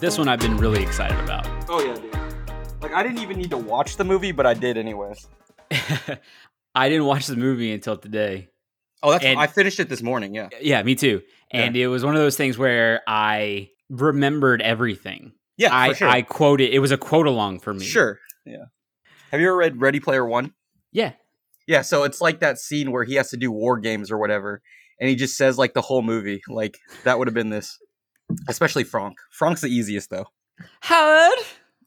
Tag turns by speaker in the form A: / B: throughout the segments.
A: this one I've been really excited about.
B: Oh yeah, dude. Like I didn't even need to watch the movie, but I did anyways.
A: I didn't watch the movie until today.
B: Oh, that's
A: And-
B: I finished it this morning. Yeah.
A: Yeah, me too. And it was one of those things where I remembered everything.
B: Yeah. for
A: I,
B: sure.
A: I quoted it was a quote along for me.
B: sure. Yeah. Have you ever read Ready Player One?
A: Yeah.
B: Yeah. So it's like that scene where he has to do war games or whatever, and he just says like the whole movie. Like that would have been this, especially Franck. Franck's the easiest though.
A: Howard,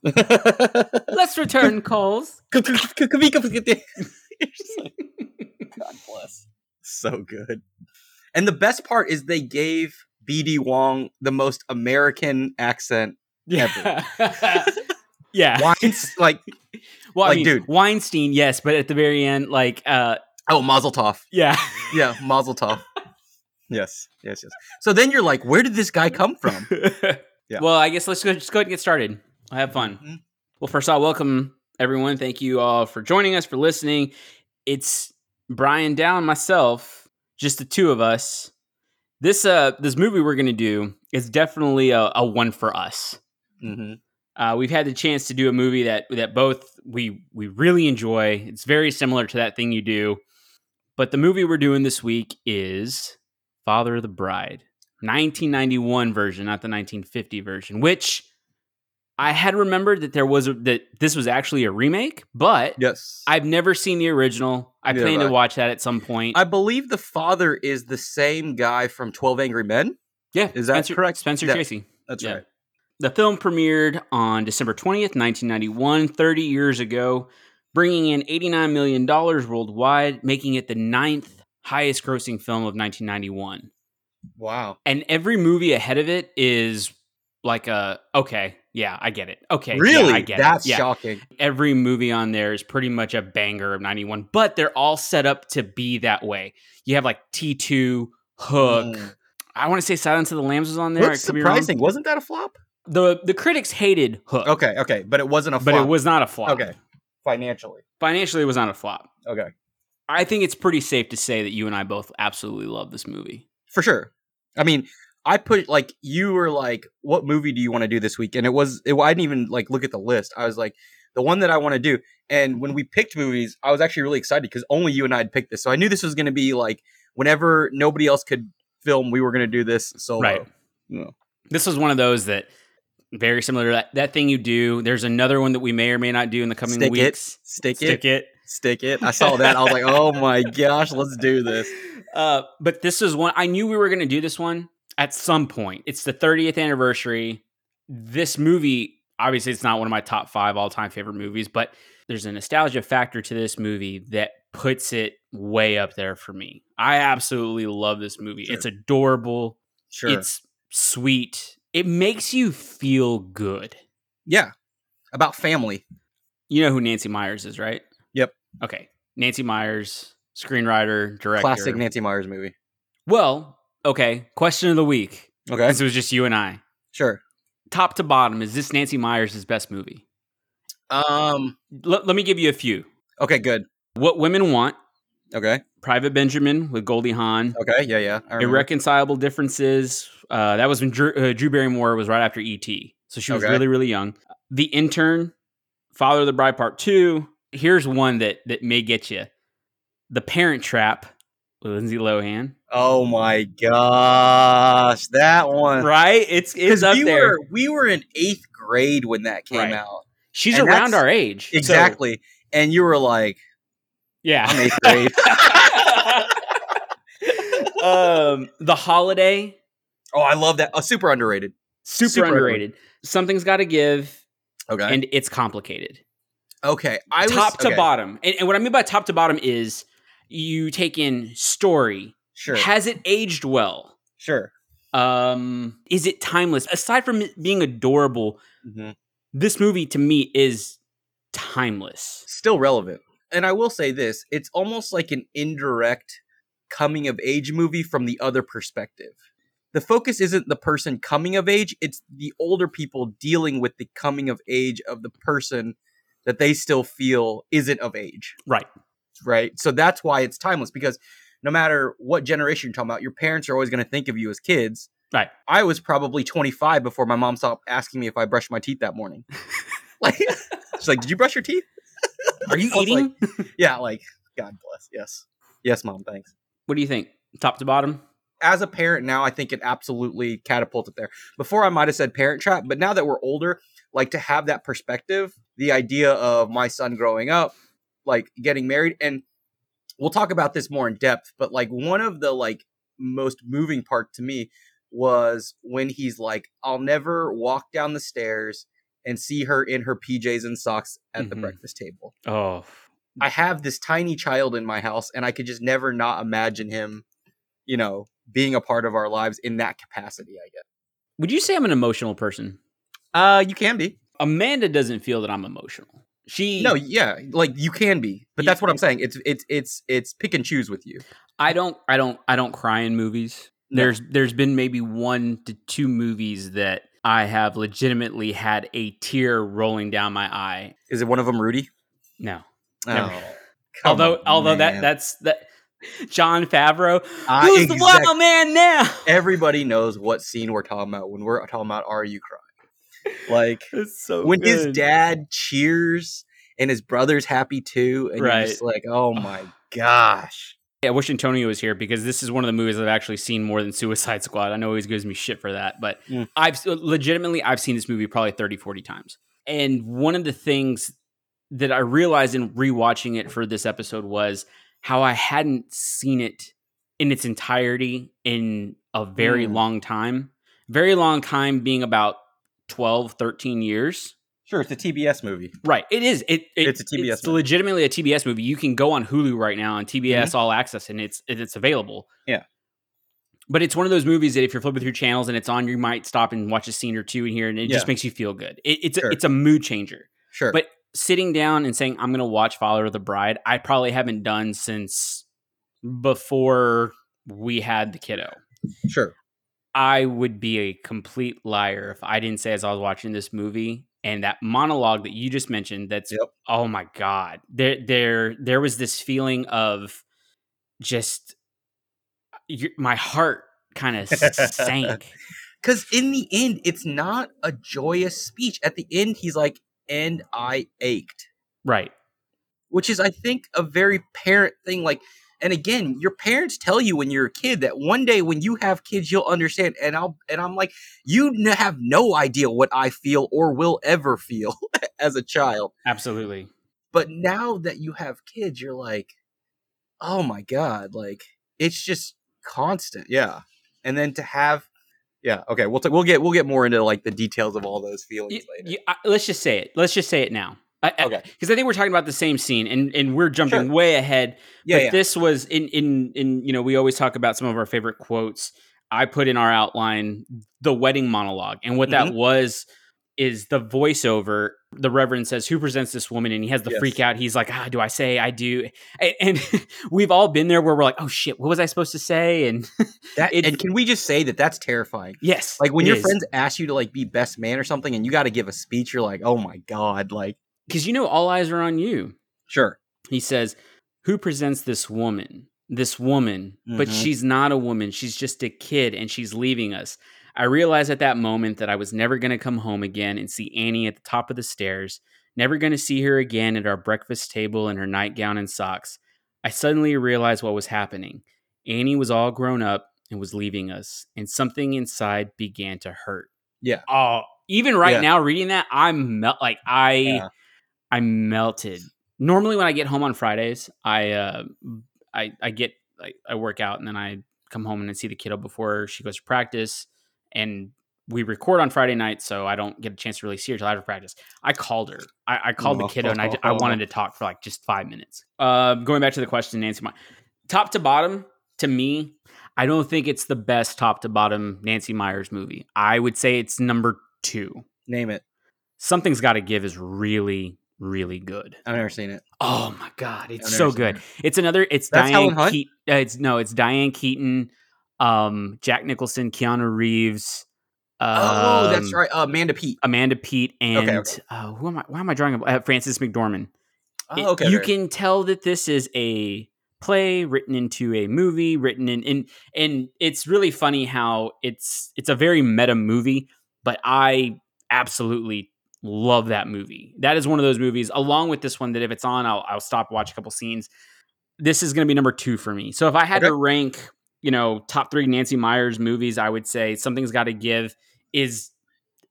A: let's return calls.
B: God bless. So good. And the best part is they gave BD Wong the most American accent.
A: Yeah. yeah.
B: Wines like
A: well,
B: like,
A: I mean,
B: dude.
A: Weinstein, yes, but at the very end, like, uh,
B: oh Mazel Tov.
A: yeah.
B: Yeah, Mazel Tov. yes, yes, yes. So then you're like, where did this guy come from?
A: Well, I guess let's go, just go ahead and get started. Have fun.
B: Mhm.
A: Well, first off, welcome everyone. Thank you all for joining us, for listening. It's Brian Down, myself, just the two of us. This uh, this movie we're gonna do is definitely a, a one for us.
B: Mhm.
A: Uh, we've had the chance to do a movie that that both we we really enjoy. It's very similar to that thing you do, but the movie we're doing this week is Father of the Bride, 1991 version, not the 1950 version. Which I had remembered that there was a, that this was actually a remake, but
B: Yes. I,
A: I've never seen the original. I
B: Neither
A: plan to
B: have I.
A: watch that at some point.
B: I believe the father is the same guy from Twelve Angry Men.
A: yeah,
B: is that
A: Spencer,
B: correct?
A: Spencer
B: Yeah.
A: Tracy.
B: That's
A: Yeah.
B: right.
A: The film premiered on December 20th, 1991, 30 years ago, bringing in $89 million worldwide, making it the ninth highest grossing film of 1991.
B: Wow.
A: And every movie ahead of it is like a, okay, yeah, I get it. Okay, yeah,
B: Really?
A: I get
B: That's
A: it. Yeah.
B: shocking.
A: Every movie on there is pretty much a banger of 91, but they're all set up to be that way. You have like T2, Hook.
B: Mm.
A: I want to say Silence of the Lambs was on there. I
B: That's
A: could be wrong.
B: surprising. Wasn't that a flop?
A: The, the critics hated Hook.
B: Okay, okay, but it wasn't a
A: but
B: flop.
A: it was not a flop.
B: okay financially.
A: Financially, it was not a flop.
B: Okay,
A: I think it's pretty safe to say that you and I both absolutely love this movie.
B: for sure. I mean, I put like you were like, "What movie do you want to do this week?" And it was it, I didn't even like look at the list. I was like, "The one that I want to do." And when we picked movies, I was actually really excited because only you and I had picked this, so I knew this was going to be like whenever nobody else could film, we were going to do this solo.
A: Right.
B: No.
A: This was one of those that very similar to that, that thing you do. There's another one that we may or may not do in the coming
B: Stick it.
A: weeks.
B: Stick, it,
A: Stick it.
B: stick it. I saw that. I was like, "Oh my gosh, let's do this."
A: Uh, but this is one I knew we were going to do this one at some point. It's the 30th anniversary. This movie, obviously, it's not one of my top five all time favorite movies, but there's a nostalgia factor to this movie that puts it way up there for me. I absolutely love this movie.
B: Sure.
A: It's adorable.
B: Sure.
A: It's sweet. It makes you feel good.
B: yeah. About family.
A: You know who Nancy Myers is, right?
B: Yep.
A: Okay. Nancy Myers, screenwriter, director.
B: Classic Nancy Myers movie.
A: Well, okay. Question of the week.
B: Okay.
A: This was just you and I.
B: Sure.
A: Top to bottom, is this Nancy Myers' best movie?
B: Um.
A: L- let me give you a few.
B: Okay. Good.
A: What Women Want,
B: Okay.
A: Private Benjamin with Goldie Hawn,
B: Okay. Yeah. Yeah. I remember.
A: Irreconcilable Differences. Uh, that was when Drew, uh, Drew Barrymore was right after E.T. So she was
B: Okay.
A: really, really young. The Intern, Father of the Bride Part 2. Here's one that, that may get you The Parent Trap with Lindsay Lohan.
B: oh my gosh, that one.
A: Right? It's, it's up
B: Uh, we
A: there.
B: were we were in eighth grade when that came
A: Right.
B: out.
A: She's
B: and
A: around
B: that's-
A: our age. so-
B: Exactly. and you were like,
A: yeah.
B: I'm eighth grade.
A: um, the holiday,
B: oh, I love that. Oh, super underrated.
A: super,
B: Super
A: underrated. Something's got to give,
B: Okay.
A: and it's complicated,
B: okay. I was,
A: top to
B: okay,
A: bottom. And, and what I mean by top to bottom is you take in story.
B: Sure.
A: Has it aged well?
B: sure.
A: Um, is it timeless? Aside from it being adorable,
B: Mhm.
A: this movie to me is timeless.
B: Still relevant. And I will say this: it's almost like an indirect coming of age movie from the other perspective. The focus isn't the person coming of age, it's the older people dealing with the coming of age of the person that they still feel isn't of age,
A: Right.
B: right? So that's why it's timeless because no matter what generation you're talking about, your parents are always going to think of you as kids
A: Right.
B: I was probably 25 before my mom stopped asking me if I brushed my teeth that morning. like, she's like, "Did you brush your teeth?"
A: Are you
B: I was like,
A: eating?
B: yeah, like God bless. Yes. Yes, mom, thanks.
A: what do you think? Top to bottom?
B: As a parent now, I think it absolutely catapulted there. Before I might have said parent trap, but now that we're older, like to have that perspective, the idea of my son growing up, like getting married and we'll talk about this more in depth, but like one of the like most moving part to me was when he's like, I'll never walk down the stairs and see her in her PJs and socks at the
A: Mhm.
B: breakfast table.
A: Oh,
B: I have this tiny child in my house, and I could just never not imagine him, you know, being a part of our lives in that capacity. I guess.
A: would you say I'm an emotional person?
B: Uh, you can be.
A: Amanda doesn't feel that I'm emotional. She
B: No, yeah, like you can be, but
A: You-
B: that's what I'm saying. It's it's it's it's pick and choose with you.
A: I don't I don't I don't cry in movies.
B: No.
A: There's there's been maybe one to two movies that I have legitimately had a tear rolling down my eye.
B: Is it one of them, Rudy?
A: No.
B: Oh,
A: Never.
B: come
A: although
B: on,
A: although that
B: man.
A: that's that John Favreau
B: Ah,
A: who's the
B: exact-
A: wild man now.
B: everybody knows what scene we're talking about when we're talking about Are You Crying? Like
A: It's so
B: when his
A: good.
B: dad cheers and his brother's happy too, and
A: Right.
B: you're just like, oh my gosh.
A: Yeah, I wish Antonio was here because this is one of the movies I've actually seen more than Suicide Squad. I know he always gives me shit for that, but
B: Mm.
A: I've legitimately I've seen this movie probably 30 40 times. And one of the things that I realized in rewatching it for this episode was how I hadn't seen it in its entirety in a very
B: Mm.
A: long time. Very long time being about 12 13 years.
B: Sure, it's a TBS movie.
A: Right. It is. It, it-
B: It's a TBS
A: It's
B: movie.
A: legitimately a TBS movie. You can go on Hulu right now on TBS All Access, and it's and it's available.
B: Mm-hmm. Yeah.
A: But it's one of those movies that if you're flipping through channels and it's on, you might stop and watch a scene or two in here, and it just
B: Yeah.
A: makes you feel good. It, it's
B: Sure.
A: a, it's a mood changer.
B: Sure.
A: But sitting down and saying I'm going to watch Father of the Bride, I probably haven't done since before we had the kiddo.
B: sure.
A: I would be a complete liar if I didn't say as I was watching this movie and that monologue that you just mentioned that's
B: Yep.
A: oh my god. There there there was this feeling of just your, my heart kind of sank.
B: Because in the end, it's not a joyous speech. At the end, he's like, and I ached,
A: Right.
B: which is, I think, a very parent thing. Like, and again, your parents tell you when you're a kid that one day when you have kids, you'll understand. And I'll, and I'm like, you n- have no idea what I feel or will ever feel as a child.
A: Absolutely.
B: But now that you have kids, you're like, oh my god, like it's just constant. Yeah, and then to have, yeah, okay, we'll t- we'll get we'll get more into like the details of all those feelings
A: Y-
B: later.
A: y- I- let's just say it. Let's just say it now.
B: Okay.
A: Because I think we're talking about the same scene and, and we're jumping way ahead
B: yeah,
A: but
B: yeah,
A: this was in in in you know we always talk about some of our favorite quotes i put in our outline the wedding monologue and what
B: Mm-hmm.
A: that was is the voiceover the reverend says who presents this woman and he has the
B: Yes.
A: freak out he's like ah do i say i do and, and we've all been there where we're like oh shit what was i supposed to say and
B: that,
A: it's-
B: and can we just say that that's terrifying?
A: yes
B: Like when your friends ask you to like be best man or something, and you got to give a speech, you're like, oh my god, like
A: because you know all eyes are on you
B: sure,
A: he says, Who presents this woman? This woman, but
B: Mhm.
A: she's not a woman. She's just a kid and she's leaving us. I realized at that moment that I was never going to come home again and see Annie at the top of the stairs, never going to see her again at our breakfast table in her nightgown and socks. I suddenly realized what was happening. Annie was all grown up and was leaving us, and something inside began to hurt.
B: Yeah.
A: Oh, even right
B: Yeah.
A: now reading that, I'm mel- like I
B: Yeah.
A: I melted. Normally when I get home on Fridays, I uh I I get I, I work out and then I come home and I see the kiddo before she goes to practice and we record on Friday night, so I don't get a chance to really see her till after practice. I called her. I, I called the kiddo and I, I wanted to talk for like just five minutes. Uh, going back to the question Nancy, my, top to bottom, to me, I don't think it's the best top to bottom Nancy Myers movie. I would say it's number two.
B: name it.
A: Something's Got to Give is really, really good.
B: I've never seen it.
A: Oh my god, it's
B: never
A: so
B: seen
A: good.
B: it.
A: It's another. It's
B: That's Helen
A: Diane.
B: Hunt?
A: Keat, uh, it's no. It's Diane Keaton, um, Jack Nicholson, Keanu Reeves.
B: oh,
A: um,
B: that's right, uh, Amanda Pete.
A: Amanda Pete and
B: okay.
A: Uh, who am I? Why am I drawing? a bl- Uh, Francis McDormand. It-
B: Oh, okay,
A: you
B: okay.
A: can tell that this is a play written into a movie written in, in and it's really funny how it's it's a very meta movie but i absolutely love that movie that is one of those movies along with this one that if it's on i'll, I'll stop watch a couple scenes this is going to be number two for me so if i had
B: Okay.
A: to rank you know top three nancy myers movies i would say something's got to give is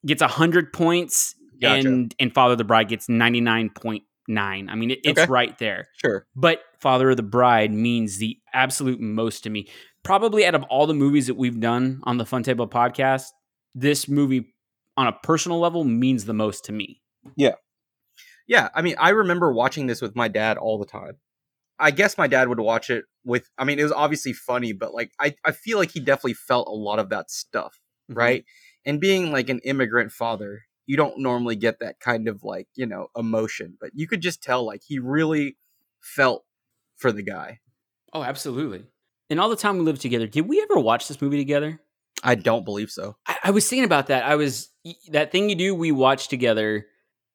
A: gets 100 points
B: Gotcha.
A: and and father of the bride gets 99.9 i mean it, it's
B: Okay.
A: right there
B: Sure.
A: but Father of the Bride means the absolute most to me. Probably out of all the movies that we've done on the Fun Table podcast, this movie on a personal level means the most to me.
B: Yeah, I mean, I remember watching this with my dad all the time. I guess my dad would watch it with. I mean, it was obviously funny, but like, I I feel like he definitely felt a lot of that stuff, right? And being like an immigrant father, you don't normally get that kind of like you know emotion, but you could just tell like he really felt for the guy.
A: Oh, absolutely. And all the time we lived together, did we ever watch this movie together?
B: I don't believe so.
A: I, I was thinking about that. I was that thing you do. We watch together,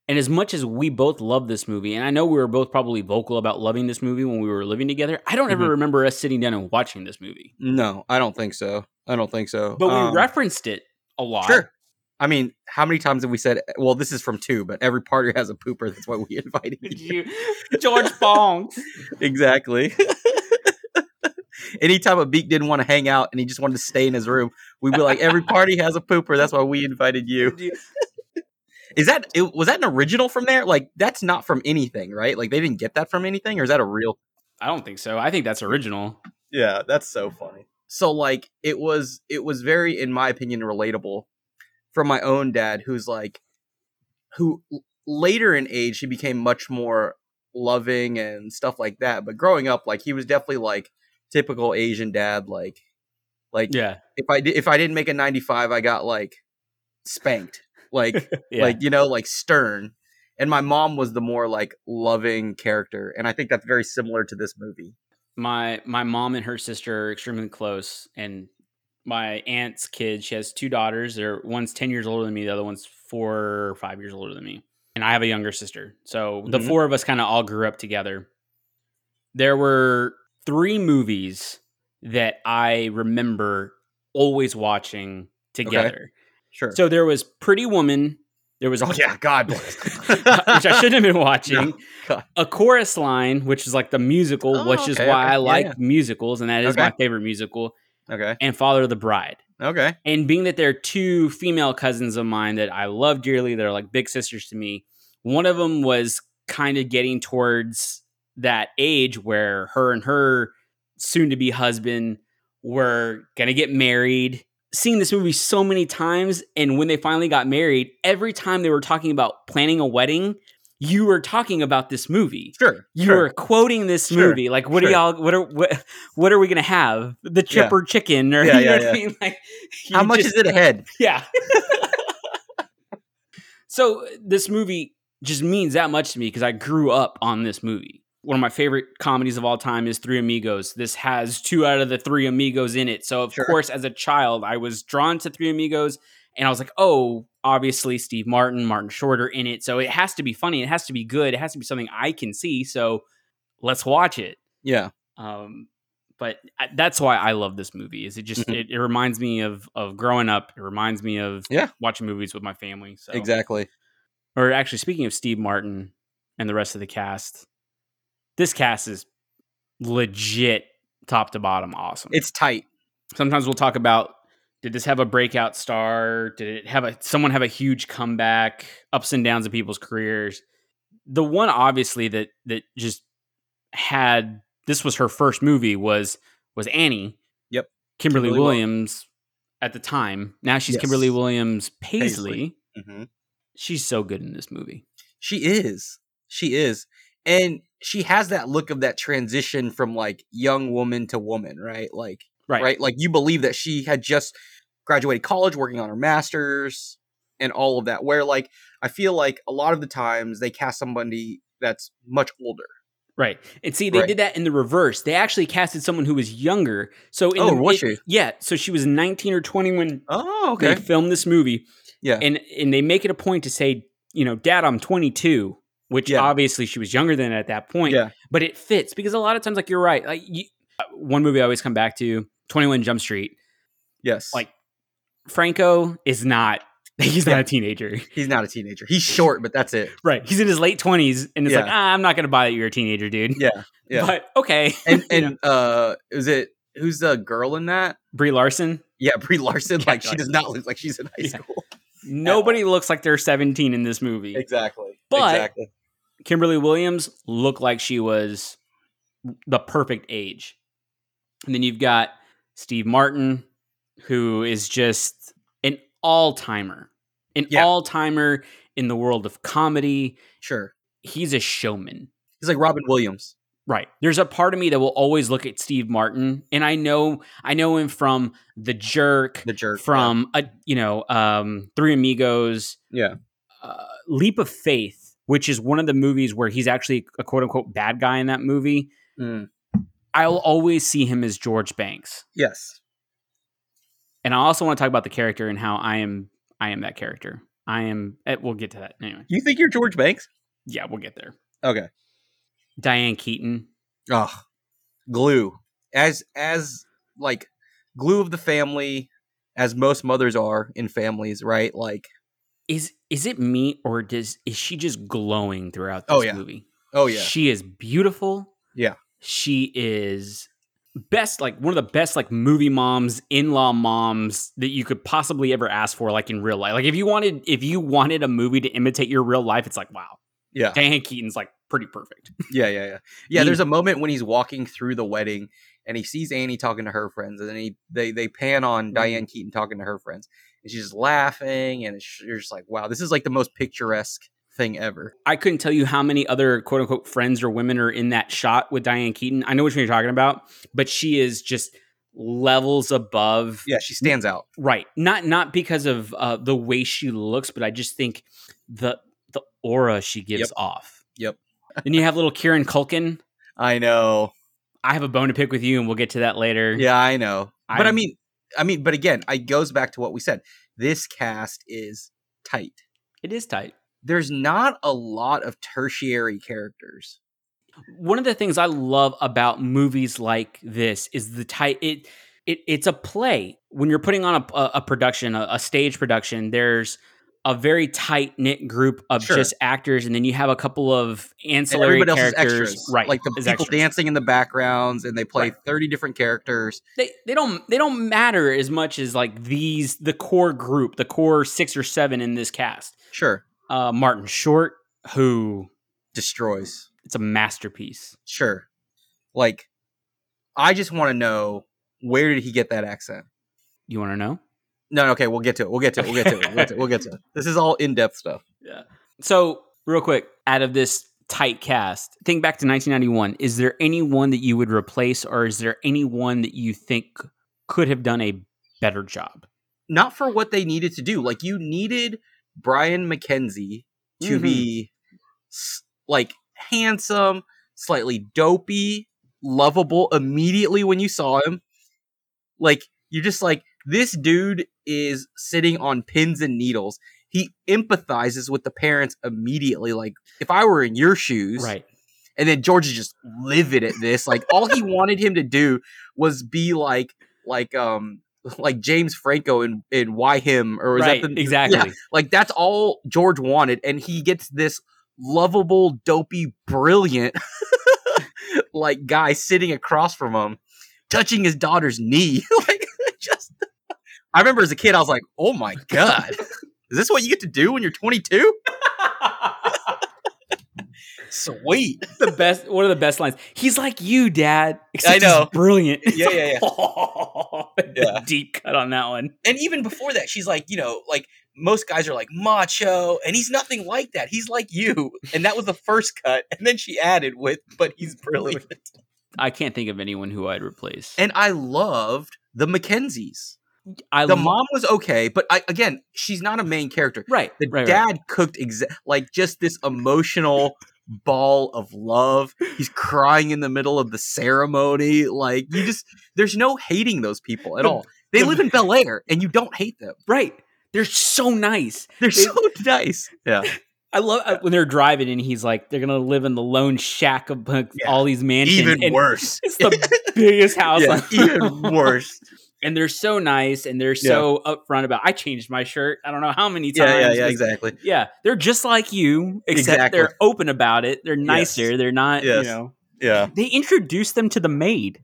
A: and as much as we both love this movie, and I know we were both probably vocal about loving this movie when we were living together, I don't ever
B: Mhm.
A: remember us sitting down and watching this movie.
B: No, I don't think so. I don't think so.
A: But we
B: Um,
A: referenced it a lot.
B: Sure. I mean, how many times have we said? Well, this is from two, but every party has a pooper. That's why we invited you.
A: you, George Bongs.
B: exactly. Anytime a beak didn't want to hang out and he just wanted to stay in his room, we'd be like, "Every party has a pooper." That's why we invited you. Is that it, was that an original from there? Like, that's not from anything, right? Like, they didn't get that from anything, or is that a real
A: I don't think so. I think that's original.
B: yeah that's so funny so like it was it was very in my opinion relatable from my own dad who's like who l- later in age he became much more loving and stuff like that but growing up like he was definitely like typical asian dad like like
A: Yeah.
B: if i did if i didn't make a 95 i got like spanked like
A: yeah.
B: like you know like stern and my mom was the more like loving character and i think that's very similar to this movie
A: my my mom and her sister are extremely close and my aunt's kid, she has two daughters. They're one's 10 years older than me, the other one's 4 or 5 years older than me. And I have a younger sister. So the
B: Mhm.
A: four of us kind of all grew up together. There were three movies that I remember always watching together.
B: sure
A: So there was Pretty Woman, there was
B: Oh yeah, God bless.
A: which I shouldn't have been watching.
B: No, God.
A: A chorus line, which is like the musical,
B: Oh,
A: which is
B: okay,
A: why
B: okay.
A: I
B: Yeah,
A: like
B: yeah.
A: musicals, and that is
B: Okay.
A: my favorite musical.
B: Okay.
A: And Father of the Bride,
B: Okay.
A: and being that they're two female cousins of mine that I love dearly, they're like big sisters to me. One of them was kind of getting towards that age where her and her soon-to-be husband were gonna get married. Seen this movie so many times, and when they finally got married, every time they were talking about planning a wedding, you were talking about this movie.
B: Sure.
A: You
B: sure.
A: were quoting this
B: Sure,
A: movie. Like, what are
B: sure.
A: y'all? What are what? What are we gonna have? The chipper chicken, or
B: Yeah,
A: you know
B: yeah,
A: what I
B: yeah.
A: mean? Like,
B: How
A: you
B: much
A: just-
B: is it a head?
A: yeah. so this movie just means that much to me because I grew up on this movie. One of my favorite comedies of all time is Three Amigos. This has two out of the three amigos in it. So, of
B: Sure.
A: course, as a child, I was drawn to Three Amigos and I was like, oh, obviously Steve Martin, Martin Short are in it. So it has to be funny. It has to be good. It has to be something I can see. So let's watch it.
B: Yeah.
A: Um, but I- that's why I love this movie. Is it just
B: Mhm.
A: it, it reminds me of of growing up. It reminds me of
B: Yeah.
A: watching movies with my family. So
B: Exactly.
A: Or actually, speaking of Steve Martin and the rest of the cast, this cast is legit top to bottom awesome.
B: It's tight.
A: sometimes we'll talk about did this have a breakout star? Did it have a someone have a huge comeback? Ups and downs of people's careers. The one obviously that that just had this was her first movie was was Annie.
B: Yep.
A: Kimberly,
B: Kimberly Wil-
A: Williams at the time. Now she's
B: Yes.
A: Kimberly Williams Paisley.
B: Paisley. Mm-hmm.
A: She's so good in this movie.
B: She is. She is. And she has that look of that transition from like young woman to woman, right? Like,
A: Right.
B: right. Like you believe that she had just graduated college, working on her master's and all of that. Where like I feel like a lot of the times they cast somebody that's much older.
A: Right. And see, they
B: Right.
A: did that in the reverse. They actually casted someone who was younger. So in
B: Oh,
A: the,
B: was
A: it-
B: she?
A: Yeah. So she was 19 or 20 when
B: Oh,
A: they filmed this movie.
B: Yeah.
A: And and they make it a point to say, you know, Dad, I'm 22. which
B: Yeah.
A: obviously she was younger than at that point.
B: Yeah.
A: But it fits because a lot of times, like you're right. Like you, uh, one movie I always come back to, Twenty One Jump Street.
B: Yes.
A: Like- Franco is not. He's not
B: Yeah.
A: a teenager,
B: he's not a teenager. He's short, but that's it.
A: right? He's in his late twenties, and it's
B: Yeah.
A: like, ah, I'm not going to buy that you're a teenager, dude.
B: Yeah. Yeah.
A: But okay,
B: And and uh is it who's the girl in that?
A: Brie Larson.
B: Yeah, Brie Larson.
A: Yeah,
B: Like she
A: like-
B: does not look like she's in high
A: Yeah.
B: school.
A: Nobody looks like they're 17 in this movie.
B: Exactly.
A: But-
B: exactly.
A: Kimberly Williams looked like she was the perfect age. And then you've got Steve Martin, who is just an all timer, an
B: Yeah.
A: all timer in the world of comedy.
B: Sure.
A: He's a showman.
B: He's like Robin Williams.
A: Right. There's a part of me that will always look at Steve Martin, and I know I know him from The Jerk,
B: The jerk.
A: from a, you know um, Three Amigos,
B: Yeah.
A: uh, Leap of Faith, which is one of the movies where he's actually a quote unquote bad guy in that movie.
B: Yeah. Mm.
A: I'll always see him as George Banks.
B: Yes.
A: And I also want to talk about the character and how I am I am that character. I am eh, we'll get to that. Anyway.
B: You think you're George Banks?
A: Yeah, we'll get there.
B: Okay.
A: Diane Keaton.
B: Ugh. Glue. As as like glue of the family, as most mothers are in families, right? Like,
A: Is is it me or does is she just glowing throughout this
B: Oh, yeah.
A: movie?
B: oh yeah.
A: She is beautiful.
B: Yeah.
A: She is best like one of the best like movie moms, in-law moms that you could possibly ever ask for like in real life. Like if you wanted if you wanted a movie to imitate your real life, it's like wow.
B: yeah.
A: Diane Keaton's like pretty perfect.
B: Yeah, yeah, yeah. Yeah,
A: He-
B: there's a moment when he's walking through the wedding and he sees Annie talking to her friends, and then he they they pan on
A: Mm-hmm.
B: Diane Keaton talking to her friends, and she's just laughing, and it's, you're just like, wow, this is like the most picturesque thing ever.
A: I couldn't tell you how many other quote unquote friends or women are in that shot with Diane Keaton. I know which one you're talking about, but she is just levels above.
B: Yeah, she stands out.
A: Right. Not not because of uh, the way she looks, but I just think the the aura she gives
B: Yep.
A: off.
B: Yep.
A: then you have little Kieran Culkin.
B: I know.
A: I have a bone to pick with you, and we'll get to that later.
B: Yeah, I know. but I
A: I'm-
B: mean, I mean, but again, I goes back to what we said. This cast is tight.
A: It is tight.
B: There's not a lot of tertiary characters.
A: one of the things I love about movies like this is the type it, it it's a play. When you're putting on a a, a production, a, a stage production, there's a very tight knit group of
B: Sure.
A: just actors, and then you have a couple of
B: and
A: ancillary
B: everybody else is
A: characters,
B: extras,
A: right?
B: Like the
A: as
B: people
A: extras.
B: dancing in the backgrounds, and they play
A: Right.
B: thirty different characters.
A: They they don't they don't matter as much as like these the core group, the core six or seven in this cast.
B: Sure,
A: Uh, Martin Short, who
B: destroys.
A: it's a masterpiece.
B: Sure, like I just want to know where did he get that accent?
A: You want to know?
B: No, no, okay, we'll get to it. We'll get to it. We'll get to it. We'll get to it. We'll get to it. This is all in depth stuff.
A: So, real quick, out of this tight cast, think back to 1991. Is there anyone that you would replace, or is there anyone that you think could have done a better job?
B: Not for what they needed to do. Like you needed Brian McKenzie to be s- like handsome, slightly dopey, lovable immediately when you saw him. Like you're just like this dude is sitting on pins and needles. He empathizes with the parents immediately. Like if I were in your shoes,
A: Right.
B: and then George is just livid at this. Like all he wanted him to do was be like, like, um, like James Franco in in Why Him or is
A: right.
B: that the
A: exactly.
B: yeah. like that's all George wanted, and he gets this lovable, dopey, brilliant like guy sitting across from him, touching his daughter's knee. like just I remember as a kid, I was like, oh my God. Is this what you get to do when you're 22? Sweet.
A: the best. One of the best lines. He's like you, Dad. except he's
B: know.
A: brilliant.
B: Yeah, yeah, Yeah.
A: Deep cut on that one.
B: And even before that, she's like, you know, like most guys are like macho, and he's nothing like that. He's like you. And that was the first cut. And then she added with, but he's brilliant.
A: I can't think of anyone who I'd replace.
B: and I loved the Mackenzies.
A: I
B: The
A: lo-
B: mom was okay, but I again, she's not a main character.
A: Right.
B: The
A: right,
B: dad cooked exa- like just this emotional ball of love. He's crying in the middle of the ceremony. Like you just, there's no hating those people at
A: The-
B: all. They
A: the-
B: live in Bel Air, and you don't hate them.
A: Right. Right. They're so nice.
B: They're
A: They-
B: so nice. Yeah,
A: I love uh, when they're driving and he's like, they're gonna live in the lone shack of like,
B: Yeah.
A: all these mansions.
B: even
A: and
B: worse.
A: It's the biggest house.
B: Yeah,
A: on-
B: even worse.
A: and they're so nice and they're so upfront about. I changed my shirt. I don't know how many times.
B: Yeah, yeah, yeah,
A: It's-
B: exactly.
A: yeah, they're just like you, except
B: Exactly.
A: they're open about it. They're nicer. They're not.
B: Yes.
A: You know,
B: Yeah,
A: they introduced them to the maid.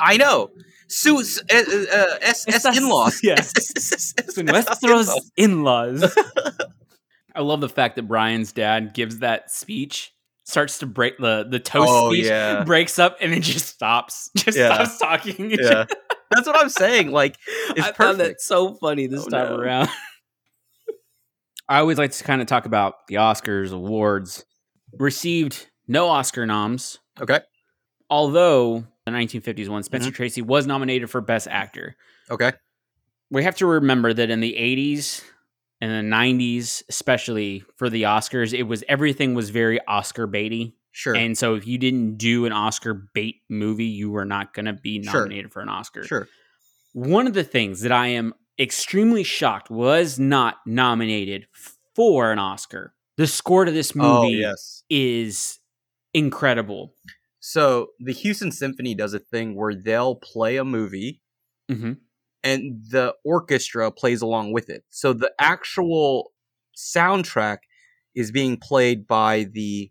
B: I know. Sue, s- uh, uh, S,
A: It's
B: S
A: us.
B: in-laws.
A: Yeah.
B: S- S- S- S- S-
A: in
B: S- in-laws.
A: Westeros in-laws. I love the fact that Brian's dad gives that speech, starts to break the the toast
B: Oh
A: speech,
B: yeah,
A: breaks up, and then just stops. Just
B: Yeah.
A: stops talking.
B: yeah. That's what I'm saying. Like, it's
A: I found
B: perfect.
A: that so funny this
B: Oh,
A: time
B: no.
A: around. I always like to kind of talk about the Oscars awards. Received no Oscar noms,
B: Okay. Mm-hmm.
A: although the 1950s one, Spencer Tracy was nominated for Best Actor.
B: Okay.
A: we have to remember that in the 80s and the 90s especially for the oscars it was everything was very oscar baity
B: Sure.
A: and so if you didn't do an oscar bait movie you were not going to be
B: Sure.
A: nominated for an oscar
B: sure.
A: one of the things that i am extremely shocked was not nominated for an oscar the score to this movie
B: Oh yes.
A: is incredible
B: So the Houston Symphony does a thing where they'll play a movie
A: hmm
B: Mm-hmm. and the orchestra plays along with it. So the actual soundtrack is being played by the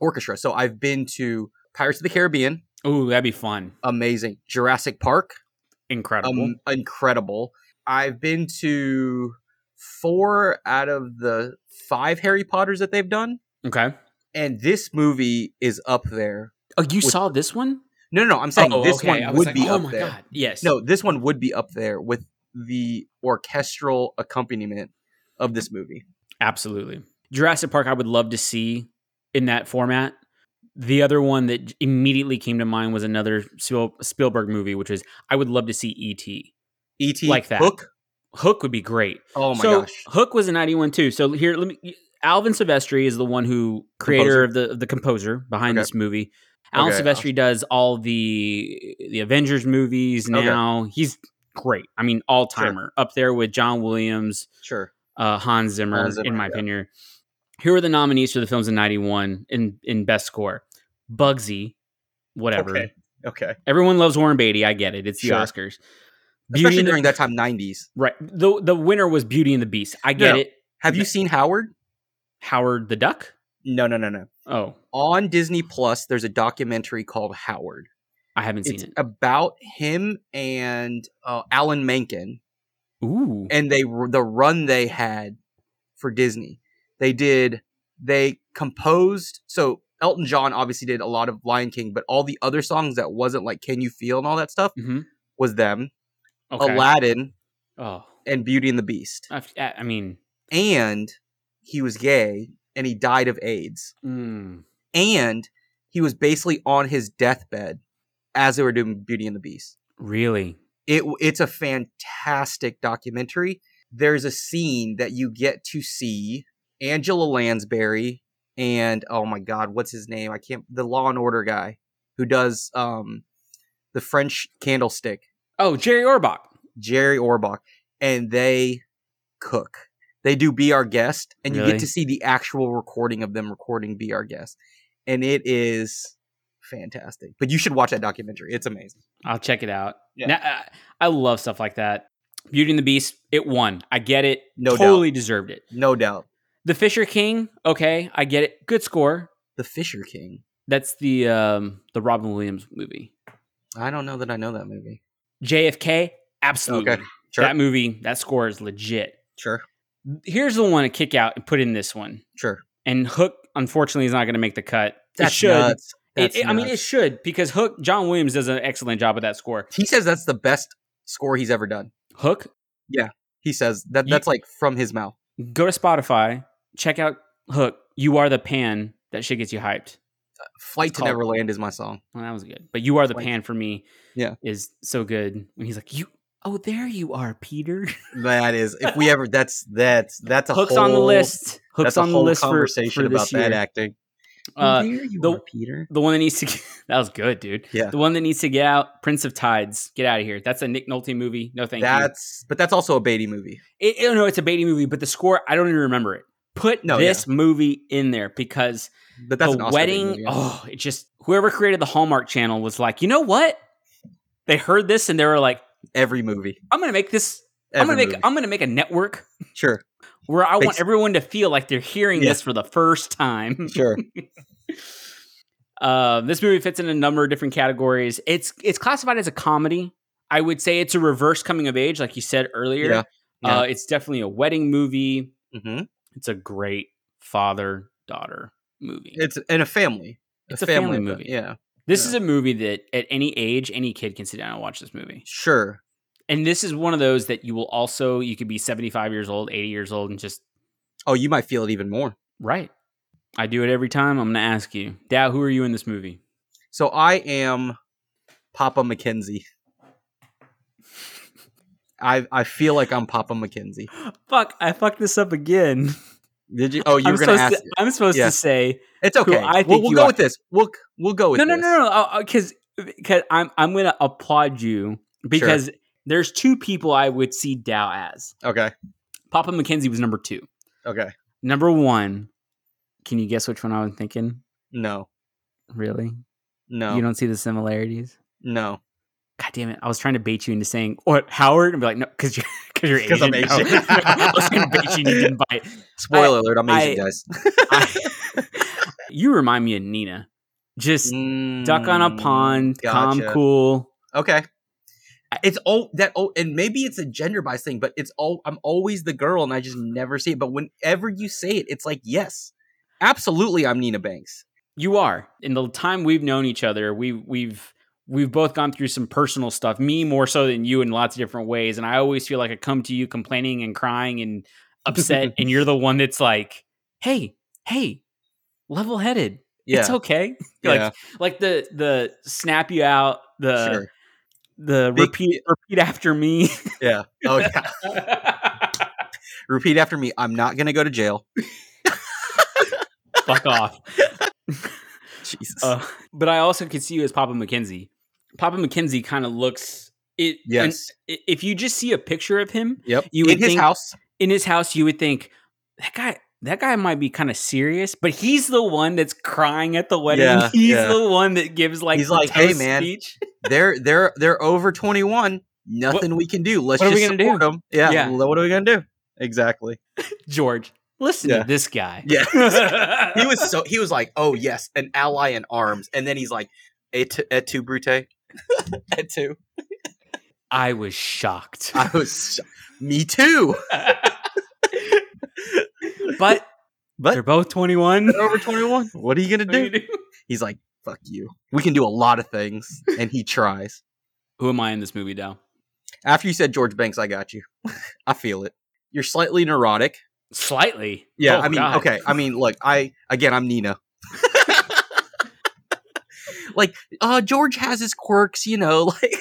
B: orchestra. So I've been to Pirates of the Caribbean,
A: oh that'd be fun
B: amazing. Jurassic Park,
A: incredible
B: um, incredible. I've been to four out of the five Harry Potters that they've done,
A: okay
B: and this movie is up there.
A: oh you
B: With-
A: saw this one
B: No, no, no. I'm saying
A: Oh,
B: this
A: okay. I
B: one
A: was
B: would
A: like,
B: be
A: oh
B: up
A: my
B: there.
A: god yes
B: No, this one would be up there with the orchestral accompaniment of this movie.
A: Absolutely. Jurassic Park, I would love to see in that format. The other one that immediately came to mind was another Spiel- Spielberg movie, which is I would love to see E.T.
B: E.T.
A: Like that.
B: E Hook.
A: Hook would be great.
B: Oh my
A: so
B: gosh.
A: Hook was a 91 too. So here, let me. Alvin Silvestri is the one who creator
B: Composer.
A: of the of the composer behind
B: Okay.
A: this movie. Alan
B: Okay,
A: Silvestri does all the the Avengers movies
B: Okay.
A: now. He's great. I mean, all timer up there with John Williams,
B: Sure.
A: uh, Hans, Zimmer,
B: Hans Zimmer,
A: in my
B: yeah.
A: opinion. Who are the nominees for the films in '91 in in best score? Bugsy, whatever.
B: Okay. Okay.
A: Everyone loves Warren Beatty. I get it. It's the
B: Sure.
A: Oscars. Beauty
B: Especially
A: and the-
B: during that time, 90s.
A: right. The the winner was Beauty and the Beast. I get
B: No.
A: it.
B: Have you
A: Yeah.
B: seen Howard?
A: Howard the Duck.
B: No, no, no, no.
A: Oh,
B: On Disney Plus, there's a documentary called Howard.
A: I haven't seen
B: It's
A: it.
B: about him and uh, Alan Menken
A: Ooh,
B: and they the run they had for Disney. They did they composed so Elton John obviously did a lot of Lion King, but all the other songs that wasn't like Can You Feel and all that stuff
A: hmm
B: was them.
A: okay.
B: Aladdin
A: oh,
B: and Beauty and the Beast.
A: I, I mean,
B: And he was gay and he died of AIDS.
A: mm,
B: And he was basically on his deathbed as they were doing Beauty and the Beast.
A: really?
B: it it's a fantastic documentary. There's a scene that you get to see Angela Lansbury and oh my god, what's his name? I can't the Law and Order guy who does um the French Candlestick,
A: Oh, Jerry Orbach.
B: Jerry Orbach, and they cook. They do Be Our Guest and you
A: Really?
B: get to see the actual recording of them recording Be Our Guest. And it is fantastic. But you should watch that documentary. It's amazing.
A: I'll check it out.
B: Yeah.
A: Now, I, I love stuff like that. Beauty and the Beast. It won. I get it.
B: No doubt.
A: totally deserved it.
B: No doubt.
A: The Fisher King, okay, I get it. Good score.
B: The Fisher King.
A: That's the um the Robin Williams movie.
B: I don't know that I know that movie.
A: JFK, absolutely.
B: Okay, Sure.
A: That movie, that score is legit.
B: sure.
A: Here's the one to kick out and put in this one.
B: Sure.
A: And Hook, unfortunately, is not going to make the cut.
B: That's
A: it should.
B: nuts.
A: It-
B: That's
A: it- I mean, it
B: nuts.
A: should because Hook, John Williams does an excellent job with that score.
B: he says that's the best score he's ever done.
A: Hook,
B: He says that
A: You-
B: that's like from his mouth.
A: go to Spotify, check out Hook. You are the pan. That shit gets you hyped.
B: Flight to
A: called-
B: Neverland is my song.
A: Well, that was good. But you are the
B: Like-
A: pan for me.
B: Yeah.
A: is so good. When he's like, you, oh, there you are, Peter.
B: That is, if we ever, that's that's that's a
A: Hooks
B: whole,
A: on the list. Hooks
B: That's a
A: on the
B: whole
A: list for-
B: conversation
A: for,
B: about
A: this year.
B: that acting.
A: Uh,
B: there you
A: the-
B: are, Peter.
A: the one that needs to get, that was good, dude.
B: Yeah.
A: The one that needs to get out, Prince of Tides, get out of here. That's a Nick Nolte movie. No, thank
B: That's but that's also a Beatty movie.
A: you. It, it, no, it's a Beatty movie, but the score, I don't even remember it. Put
B: No,
A: this movie in there because
B: But that's
A: the
B: an Oscar
A: wedding.
B: movie, yeah.
A: Oh, it just whoever created the Hallmark Channel was like, you know what? They heard this and they were like,
B: every movie.
A: I'm gonna make this. I'm
B: Every
A: gonna make.
B: movie.
A: I'm gonna make a network
B: sure,
A: where I want
B: Based-
A: everyone to feel like they're hearing
B: Yeah.
A: this for the first time.
B: sure.
A: Uh, this movie fits in a number of different categories. It's it's classified as a comedy. I would say it's a reverse coming of age, like you said earlier.
B: Yeah, yeah.
A: Uh, it's definitely a wedding movie.
B: hmm
A: It's a great father daughter movie.
B: It's in a family.
A: It's a family movie.
B: Yeah,
A: this
B: yeah.
A: is a movie that at any age, any kid can sit down and watch this movie.
B: sure.
A: And this is one of those that you will also you could be seventy five years old, eighty years old, and just
B: Oh, you might feel it even more.
A: right. I do it every time. I'm going to ask you, Dow, who are you in this movie?
B: So I am Papa McKenzie. I I feel like I'm Papa McKenzie.
A: Fuck! I fucked this up again.
B: Did you? Oh, you were
A: I'm
B: gonna
A: supposed
B: ask.
A: to- I'm supposed
B: yeah.
A: to say
B: it's okay.
A: I think
B: we'll we'll
A: you
B: go
A: are.
B: with this. We'll we'll go with
A: no, no,
B: this.
A: no, no, no, because because I'm I'm gonna applaud you because there's two people I would see Dow as.
B: Okay.
A: Papa McKenzie was number two.
B: Okay.
A: Number one, can you guess which one I was thinking?
B: No.
A: Really,
B: No.
A: you don't see the similarities.
B: no.
A: God damn it! I was trying to bait you into saying what Howard and be like, no, because you're because you're
B: 'Cause
A: Asian.
B: I'm
A: No.
B: Asian.
A: I was gonna bait you and you didn't bite.
B: Spoiler alert! I'm Asian,
A: I-
B: guys.
A: I- you remind me of Nina. Just duck on a
B: Mm,
A: pond, calm,
B: gotcha.
A: cool.
B: Okay. It's all that oh, and maybe it's a gender bias thing, but it's all I'm always the girl, and I just never see it. But whenever you say it, it's like yes, absolutely, I'm Nina Banks.
A: You are. In the time we've known each other, we we've we've both gone through some personal stuff, me more so than you in lots of different ways, and I always feel like I come to you complaining and crying and upset and you're the one that's like, "Hey, hey, level-headed.
B: Yeah,
A: It's okay."
B: Yeah.
A: Like like the the snap you out, the
B: sure.
A: the
B: Big-
A: repeat repeat after me.
B: Yeah. Oh yeah. Repeat after me. I'm not gonna go to jail.
A: Fuck off.
B: Jesus.
A: Uh, but I also could see you as Papa McKenzie. Papa McKenzie kind of looks it. and
B: yes.
A: i- if you just see a picture of him
B: yep.
A: you
B: You in
A: would
B: his
A: think-
B: house.
A: in his house, you would think that guy. That guy might be kind of serious, but he's the one that's crying at the wedding.
B: Yeah,
A: he's
B: yeah.
A: the one that gives like
B: He's
A: the
B: like, "Hey,
A: toast
B: man,
A: speech.
B: They're they're they're over 21. Nothing we can do. Let's
A: what are we
B: just
A: gonna do?
B: support them. Yeah.
A: Yeah.
B: well, What are we gonna do? Exactly.
A: George, listen
B: Yeah.
A: to this guy.
B: Yeah.
A: he
B: he was so he was like, oh yes, an ally in arms, and then he's like, et, et tu brute, et tu.
A: I was shocked,
B: I was, me too.
A: but
B: But-
A: they're both twenty one.
B: They're over twenty one. What are you gonna do? He's like, fuck you. We can do a lot of things, and he tries.
A: Who am I in this movie, Dow?
B: After you said George Banks, I got you. I feel it. You're slightly neurotic.
A: Slightly.
B: Yeah,
A: Oh,
B: I mean,
A: God.
B: okay. I mean, look, I again, I'm Nina. like, uh, George has his quirks, you know. Like,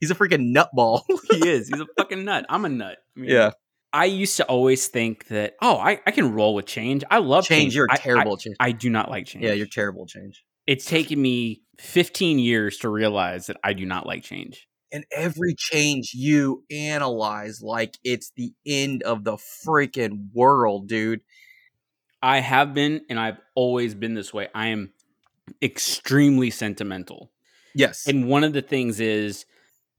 B: he's a freaking nutball.
A: he is. He's a fucking nut. I'm a nut. I mean,
B: Yeah.
A: I used to always think that, oh, I, I can roll with change. I love change.
B: change. You're
A: I- I-
B: terrible at change.
A: I, do not like change.
B: yeah, you're terrible at change.
A: It's taken me 15 years to realize that I do not like change.
B: And every change you analyze like it's the end of the freaking world, dude.
A: I have been, and I've always been this way. I am extremely sentimental.
B: Yes.
A: And one of the things is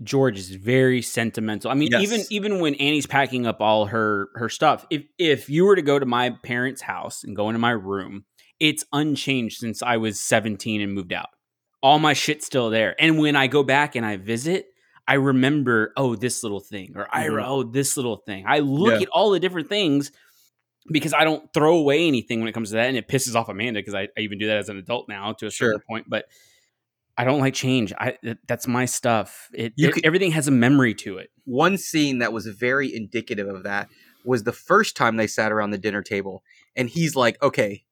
A: George is very sentimental. I mean,
B: Yes.
A: even even when Annie's packing up all her her stuff, if if you were to go to my parents' house and go into my room, it's unchanged since I was 17 and moved out. All my shit's still there. And when I go back and I visit, I remember, oh, this little thing, or I
B: Mhm.
A: oh, this little thing. I look
B: Yeah.
A: at all the different things because I don't throw away anything when it comes to that. And it pisses off Amanda because I, I even do that as an adult now to a certain
B: Sure.
A: point. But I don't like change. I th- that's my stuff. It,
B: You
A: it-
B: could-
A: everything has a memory to it.
B: one scene that was very indicative of that was the first time they sat around the dinner table and he's like, okay,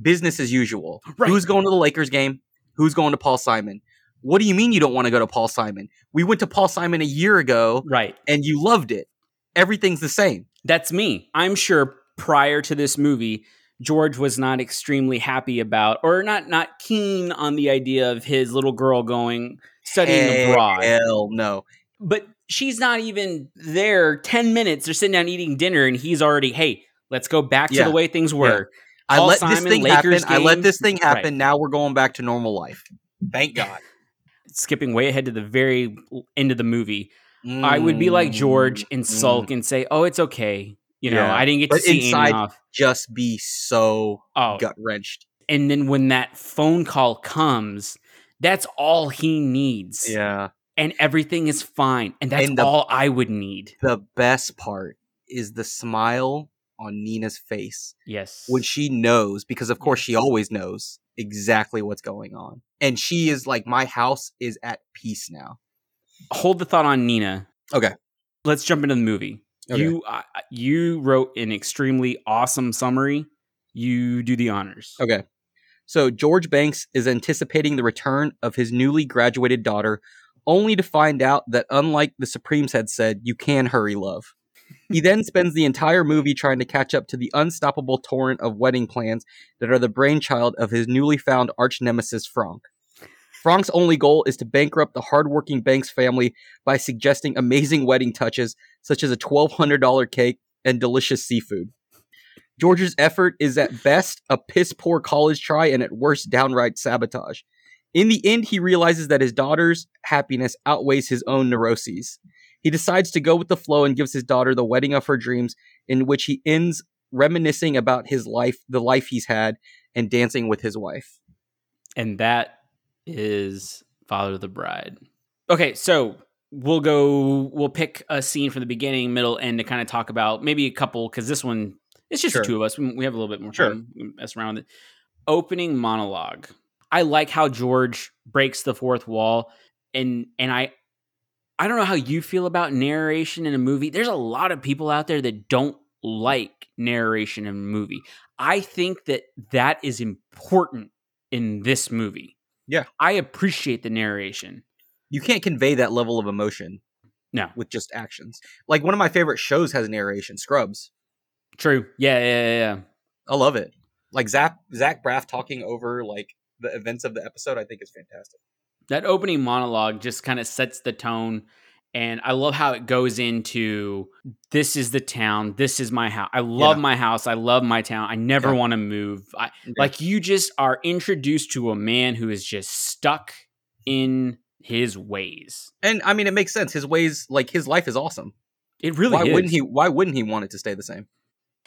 B: business as usual.
A: Right.
B: Who's going to the Lakers game? Who's going to Paul Simon? What do you mean you don't want to go to Paul Simon? We went to Paul Simon a year ago
A: Right.
B: and you loved it. Everything's the same.
A: That's me. I'm sure prior to this movie, George was not extremely happy about or not not keen on the idea of his little girl going studying abroad.
B: Hell no.
A: But she's not even there 10 minutes. They're sitting down eating dinner and he's already, "Hey, Let's go back to
B: Yeah.
A: the way things were.
B: I
A: Paul
B: let
A: Simon,
B: this thing
A: Lakers
B: happen. I
A: game.
B: let this thing happen.
A: Right.
B: Now we're going back to normal life. Thank God.
A: Skipping way ahead to the very end of the movie,
B: Mm.
A: I would be like George and sulk and say, "Oh, it's okay. You know,
B: Yeah.
A: I didn't get to
B: But
A: see
B: inside-
A: Anioff."
B: Just be so
A: Oh,
B: gut wrenched.
A: and then when that phone call comes, that's all he needs,
B: Yeah.
A: and everything is fine, and that's
B: And the-
A: all I would need.
B: The best part is the smile on Nina's face
A: Yes,
B: when she knows, because of course she always knows exactly what's going on. And she is like, my house is at peace now.
A: hold the thought on Nina.
B: Okay.
A: let's jump into the movie.
B: Okay.
A: You uh, you wrote an extremely awesome summary. You do the honors.
B: Okay. So George Banks is anticipating the return of his newly graduated daughter, only to find out that unlike the Supremes had said, you can hurry love. He then spends the entire movie trying to catch up to the unstoppable torrent of wedding plans that are the brainchild of his newly found arch nemesis Franck. Franck's only goal is to bankrupt the hardworking Banks family by suggesting amazing wedding touches such as a $1200 cake and delicious seafood. George's effort is at best a piss poor college try and at worst downright sabotage. In the end, he realizes that his daughter's happiness outweighs his own neuroses. He decides to go with the flow and gives his daughter the wedding of her dreams, in which he ends reminiscing about his life, the life he's had, and dancing with his wife.
A: and that is Father of the Bride. Okay, so we'll go. We'll pick a scene from the beginning, middle, end to kind of talk about maybe a couple because this one it's just
B: Sure.
A: the two of us. We we have a little bit more
B: Sure.
A: time. We can mess around with it. Opening monologue. I like how George breaks the fourth wall, and and I. I don't know how you feel about narration in a movie. There's a lot of people out there that don't like narration in a movie. I think that that is important in this movie.
B: Yeah.
A: I appreciate the narration.
B: You can't convey that level of emotion
A: No.
B: with just actions. Like one of my favorite shows has narration, Scrubs.
A: True. Yeah, yeah, yeah, yeah.
B: I love it. Like Zach Zach Braff talking over like the events of the episode, I think is fantastic.
A: That opening monologue just kind of sets the tone and I love how it goes into this is the town, this is my house. I love
B: Yeah.
A: my house, I love my town. I never
B: Yeah.
A: want to move. I, Like you just are introduced to a man who is just stuck in his ways.
B: and I mean it makes sense. His ways like his life is awesome.
A: It really
B: why
A: is.
B: wouldn't he why wouldn't he want it to stay the same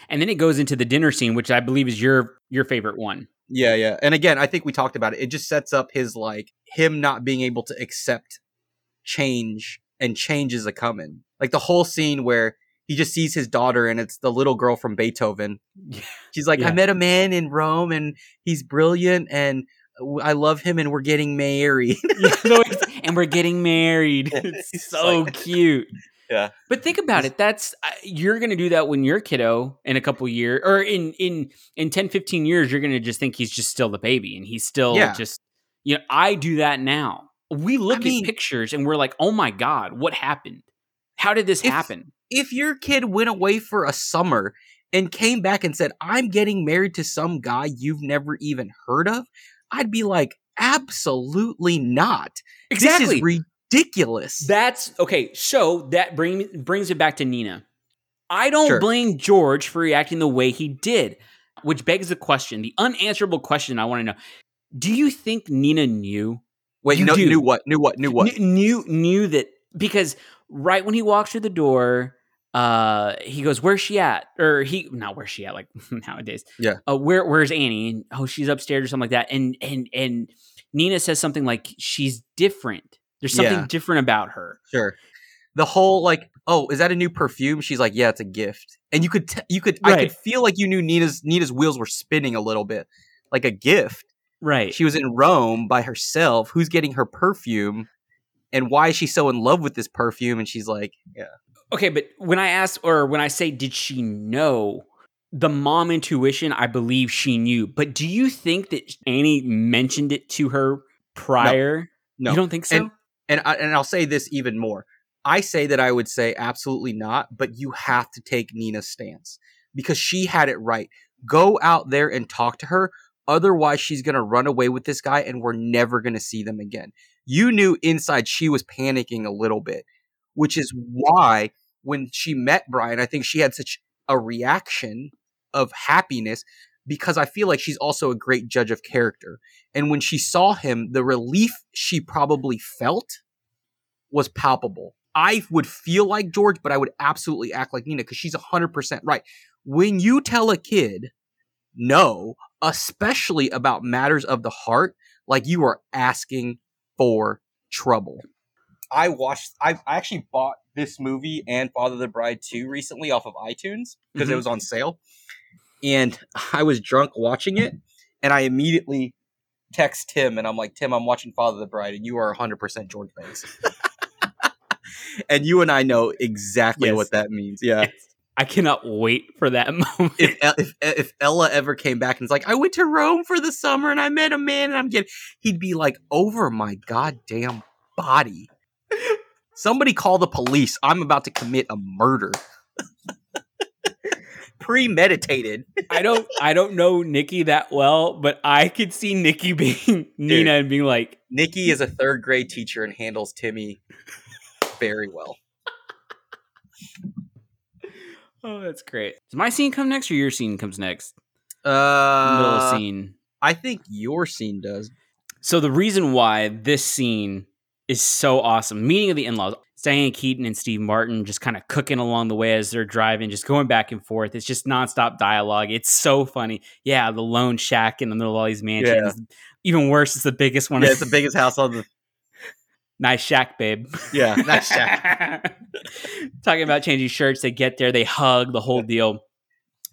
A: And then it goes into the dinner scene, which I believe is your your favorite one.
B: yeah yeah and again i think we talked about it it just sets up his like him not being able to accept change and change is a coming like the whole scene where he just sees his daughter and it's the little girl from beethoven
A: Yeah.
B: she's like
A: Yeah.
B: i met a man in rome and he's brilliant and w- i love him and we're getting married
A: No, it's- and we're getting married.
B: Yeah,
A: It's
B: it's
A: so
B: like-
A: cute.
B: Yeah.
A: But think about it. That's I- you're going to do that when you're kiddo in a couple years or in in in 10 15 years you're going to just think he's just still the baby and he's still
B: Yeah.
A: just you know I do that now. We look at
B: mean-
A: pictures and we're like, "Oh my god, what happened? How did this
B: If-
A: happen?"
B: if your kid went away for a summer and came back and said, I'm getting married to some guy you've never even heard of, I'd be like, absolutely not. This is ridiculous.
A: That's okay. So that bring, brings it back to Nina. I don't
B: Sure.
A: blame George for reacting the way he did, which begs the question, the unanswerable question I want to know. Do you think Nina knew?
B: Wait,
A: you
B: no,
A: do.
B: knew what? Knew what? Knew what?
A: Kn- Knew, knew that because right when he walks through the door, uh, he goes, "Where's she at?" Or he not where's she at? Like nowadays,
B: Yeah.
A: Uh, where where's Annie? And oh, she's upstairs or something like that. And and and Nina says something like, "She's different. There's something
B: Yeah.
A: different about her."
B: sure. The whole like, oh, is that a new perfume? She's like, yeah, it's a gift. And you could, t- you could, I
A: Right.
B: could feel like you knew Nina's Nina's wheels were spinning a little bit, like a gift.
A: Right.
B: She was in Rome by herself. Who's getting her perfume? And why is she so in love with this perfume? And she's like, yeah.
A: Okay, but when I ask or when I say did she know the mom intuition, I believe she knew. But do you think that Annie mentioned it to her prior?
B: No.
A: You don't think so?
B: And- and I, and I'll say this even more. I say that I would say absolutely not, but you have to take Nina's stance because she had it right. Go out there and talk to her. Otherwise, she's going to run away with this guy and we're never going to see them again. You knew inside she was panicking a little bit, which is why when she met Brian, I think she had such a reaction of happiness because I feel like she's also a great judge of character. And when she saw him, the relief she probably felt was palpable. I would feel like George, but I would absolutely act like Nina because she's 100% right. When you tell a kid no, especially about matters of the heart, like you are asking for trouble. I watched. I, I actually bought this movie and Father of the Bride two recently off of iTunes because it
A: Mhm.
B: was on sale, and I was drunk watching it, and I immediately text Tim and I'm like, Tim, I'm watching Father of the Bride, and you are 100 percent George Banks. and you and I know exactly
A: Yes.
B: what that means. Yeah.
A: I cannot wait for that moment.
B: If, if if Ella ever came back and was like, I went to Rome for the summer and I met a man and I'm getting, he'd be like, over my goddamn body. Somebody call the police. I'm about to commit a murder. Premeditated.
A: I don't I don't know Nikki that well, but I could see Nikki being Nina and being like,
B: Nikki is a third grade teacher and handles Timmy very well.
A: "Oh, that's great." Does my scene come next or your scene comes next?
B: Uh,
A: Middle scene.
B: I think your scene does.
A: So the reason why this scene is so awesome, meeting of the in-laws, Diane Keaton and Steve Martin just kind of cooking along the way as they're driving, just going back and forth. It's just nonstop dialogue. It's so funny. Yeah, the lone shack in the middle of all these mansions. Even worse, it's the biggest one.
B: Yeah, it's the biggest house on the.
A: nice shack, babe.
B: Yeah, nice shack.
A: Talking about changing shirts, they get there, they hug the whole deal.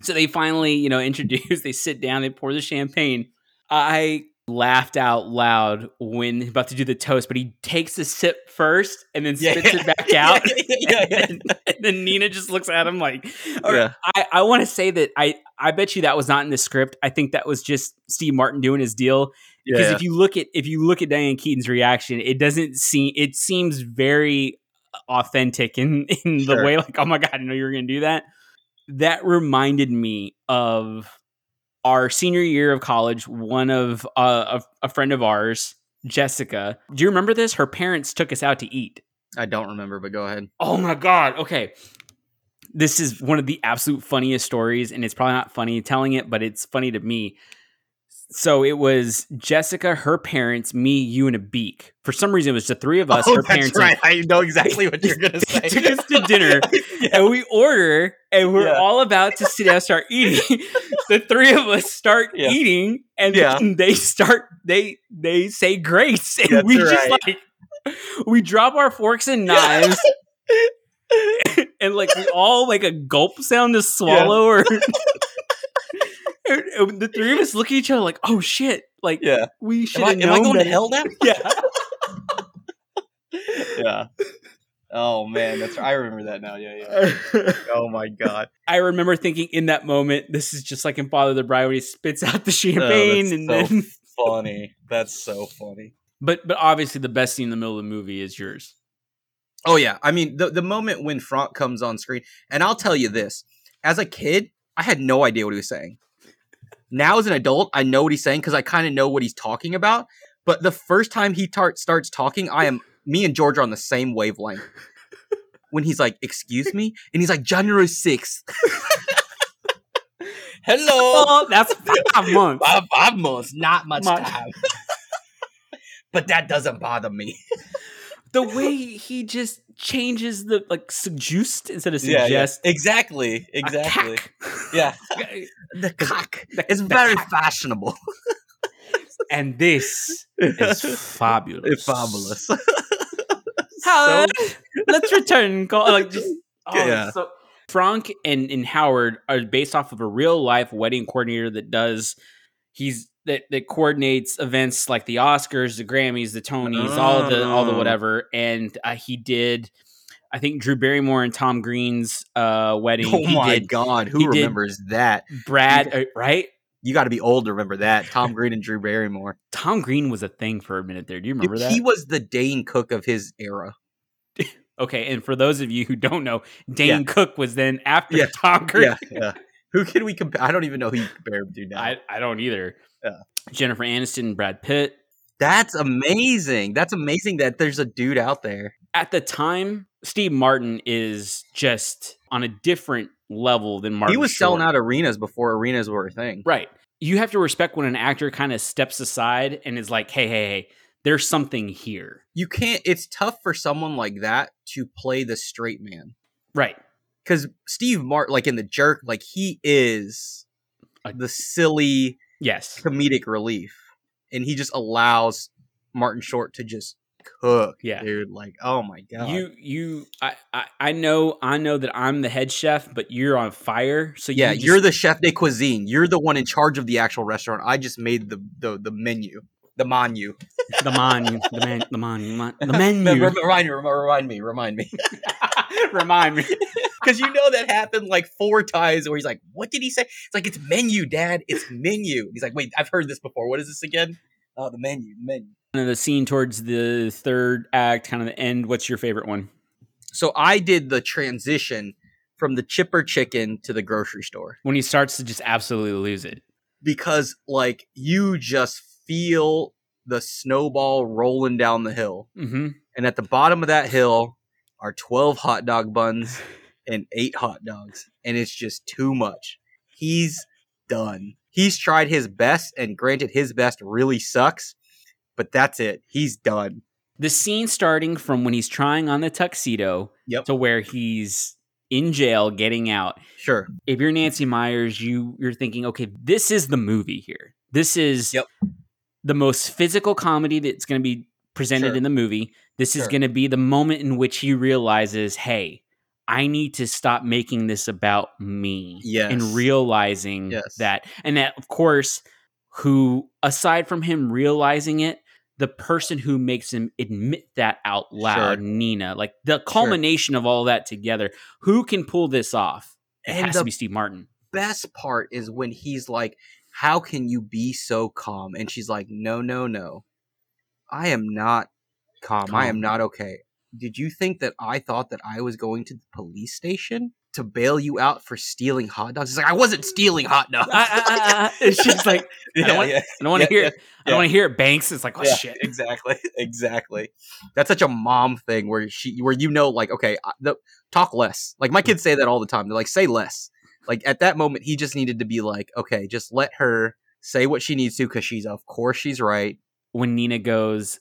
A: So they finally, you know, introduce, they sit down, they pour the champagne. I laughed out loud when about to do the toast, but he takes a sip first and then
B: Yeah.
A: spits it back out.
B: Yeah, yeah, yeah,
A: And, then, and then Nina just looks at him like,
B: yeah.
A: or I, I want to say that I, I bet you that was not in the script. I think that was just Steve Martin doing his deal
B: Yeah,
A: because
B: yeah.
A: if you look at if you look at Diane Keaton's reaction, it doesn't seem it seems very authentic in in the
B: Sure.
A: way like oh my god, I know you were going to do that. That reminded me of our senior year of college. One of uh, a, a friend of ours, Jessica. Do you remember this? Her parents took us out to eat.
B: I don't remember, but go ahead.
A: Oh my god. Okay. This is one of the absolute funniest stories and it's probably not funny telling it, but it's funny to me. So it was Jessica, her parents, me, you and a beak. For some reason it was the three of us, her parents and-
B: Oh, I know exactly what you're gonna say.
A: took us to dinner and we order and we're
B: Yeah.
A: all about to sit down and start eating. the three of us start
B: Yeah.
A: eating and
B: Yeah.
A: then they start they they say grace and
B: That's
A: we just
B: right.
A: like we drop our forks and knives and like we all like a gulp sound to swallow or and- and the three of us look at each other like oh shit like
B: yeah.
A: we should
B: Am I,
A: have
B: am I
A: known
B: going
A: that
B: to hell now?
A: yeah
B: yeah. Oh man, that's I remember that now. Yeah, yeah. Oh my god.
A: I remember thinking in that moment, this is just like in Father the Bride when he spits out the
B: that's
A: champagne, and
B: so
A: then.
B: Funny. That's so funny.
A: But but obviously, the best scene in the middle of the movie is yours.
B: Oh yeah. I mean, the the moment when Franck comes on screen, and I'll tell you this: as a kid, I had no idea what he was saying. Now, as an adult, I know what he's saying because I kind of know what he's talking about. But the first time he tar- starts talking, I am me and George are on the same wavelength. When he's like, "Excuse me," and he's like, "January 6th. Hello.
A: Oh, that's five months.
B: Five, five months, not much,
A: Much.
B: time. but that doesn't bother me.
A: The way he just changes the like suggest instead of
B: Yeah,
A: suggest.
B: yeah. Exactly.
A: a
B: Exactly.
A: cack.
B: Yeah. The cock is very fashionable.
A: and this is fabulous.
B: It's fabulous.
A: Howard, let's return. Go like just oh,
B: Yeah.
A: So Frank and and Howard are based off of a real life wedding coordinator that does he's that that coordinates events like the Oscars, the Grammys, the Tonys, all the all the
B: Oh.
A: whatever. And uh, he did, I think Drew Barrymore and Tom Green's uh wedding.
B: Oh
A: he
B: my
A: did
B: god,
A: he
B: who
A: did-
B: remembers that?
A: Brad uh, right.
B: You got to be old to remember that. Tom Green and Drew Barrymore.
A: Tom Green was a thing for a minute there. Do you
B: Dude,
A: remember that?
B: he was the Dane Cook of his era.
A: okay, and for those of you who don't know, Dane Cook was then after
B: Yeah.
A: Tom Green.
B: yeah. Who can we compare? I don't even know who you compare him to now.
A: I, I don't either.
B: Yeah.
A: Jennifer Aniston and Brad Pitt.
B: That's amazing. That's amazing that there's a dude out there.
A: At the time, Steve Martin is just on a different level than Martin.
B: he was selling
A: Short.
B: out arenas before arenas were a thing.
A: Right. You have to respect when an actor kind of steps aside and is like, hey, hey, hey, there's something here.
B: You can't. It's tough for someone like that to play the straight man
A: Right.
B: because Steve Martin, like in the jerk, like he is
A: I-
B: the silly
A: Yes.
B: comedic relief, and he just allows Martin Short to just cook,
A: Yeah.
B: dude. Like, oh my god,
A: You you I, I I know I know that I'm the head chef, but you're on fire. So
B: yeah,
A: you just-
B: you're the chef de cuisine. You're the one in charge of the actual restaurant. I just made the the, the menu, the menu.
A: the menu, the man, the menu, the
B: Remember-
A: menu.
B: Remind me, remind me, remind me.
A: Remind me.
B: Because you know that happened like four times where he's like, What did he say? It's like, It's menu, dad. It's menu. He's like, Wait, I've heard this before. What is this again? Oh, the menu, the menu.
A: Kind of the scene towards the third act, kind of the end. What's your favorite one?
B: So I did the transition from the chipper chicken to the grocery store
A: When he starts to just absolutely lose it.
B: because like you just feel the snowball rolling down the hill.
A: Mm-hmm.
B: And at the bottom of that hill are 12 hot dog buns and eight hot dogs. And it's just too much. He's done. He's tried his best, and granted, his best really sucks, but that's it. He's done.
A: the scene starting from when he's trying on the tuxedo
B: Yep.
A: to where he's in jail getting out
B: Sure.
A: if you're nancy myers you you're thinking okay this is the movie here this is
B: Yep.
A: the most physical comedy that's going to be presented
B: Sure.
A: in the movie this is
B: Sure.
A: going to be the moment in which he realizes hey i need to stop making this about me
B: Yes.
A: and realizing
B: Yes.
A: that and that of course who aside from him realizing it the person who makes him admit that out loud nina like the culmination of all that together who can pull this off it
B: And
A: has
B: the-
A: to be steve martin
B: Best part is when he's like, How can you be so calm? And she's like, No, no, no. I am not calm. I am
A: Calm.
B: not okay. Did you think that I thought that I was going to the police station to bail you out for stealing hot dogs? He's like, I wasn't stealing hot dogs.
A: it's just like I don't want- i don't want to
B: Yeah,
A: hear
B: yeah,
A: it i don't
B: yeah.
A: want to hear it banks it's like oh
B: Yeah,
A: shit
B: exactly, exactly. That's such a mom thing where she, where you know, like, okay, I- the, talk less. Like my kids say that all the time. They're like, say less. Like at that moment, he just needed to be like, okay, just let her say what she needs to because she's, of course, she's right.
A: when nina goes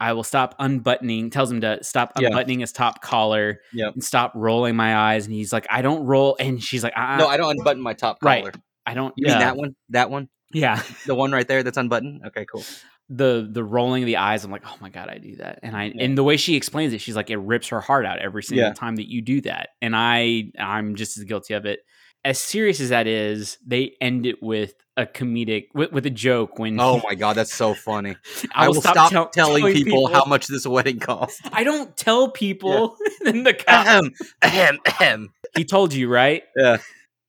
A: i will stop unbuttoning tells him to stop
B: Yeah.
A: unbuttoning his top collar
B: Yep.
A: and stop rolling my eyes and he's like i don't roll and she's like uh,
B: No, I don't unbutton my top collar.
A: Right. I don't
B: You
A: yeah,
B: mean that one? That one?
A: yeah
B: The one right there that's unbuttoned? Okay, cool.
A: the the rolling of the eyes i'm like oh my god i do that and i
B: Yeah.
A: and the way she explains it she's like it rips her heart out every single
B: Yeah.
A: time that you do that and i i'm just as guilty of it as serious as that is they end it with a comedic with, with a joke when
B: Oh my god, that's so funny.
A: I, will stop, tell-
B: telling, people, how much this wedding costs.
A: i don't tell people then the cop
B: Ahem, ahem, ahem.
A: he told you right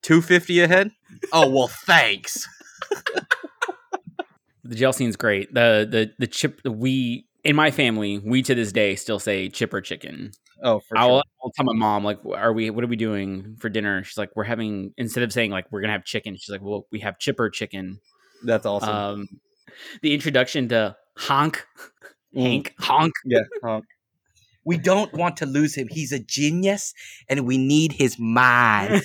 B: Two fifty a head? Oh well, thanks.
A: the jail scene's great the the the chip we in my family we to this day still say chipper chicken
B: Oh, for
A: I'll, I'll tell my mom like, "Are we? What are we doing for dinner?" She's like, "We're having." Instead of saying like, "We're gonna have chicken," she's like, "Well, we have chipper chicken."
B: That's awesome.
A: Um, the introduction to honk, Hank, honk.
B: Yeah. we don't want to lose him. He's a genius, and we need his mind.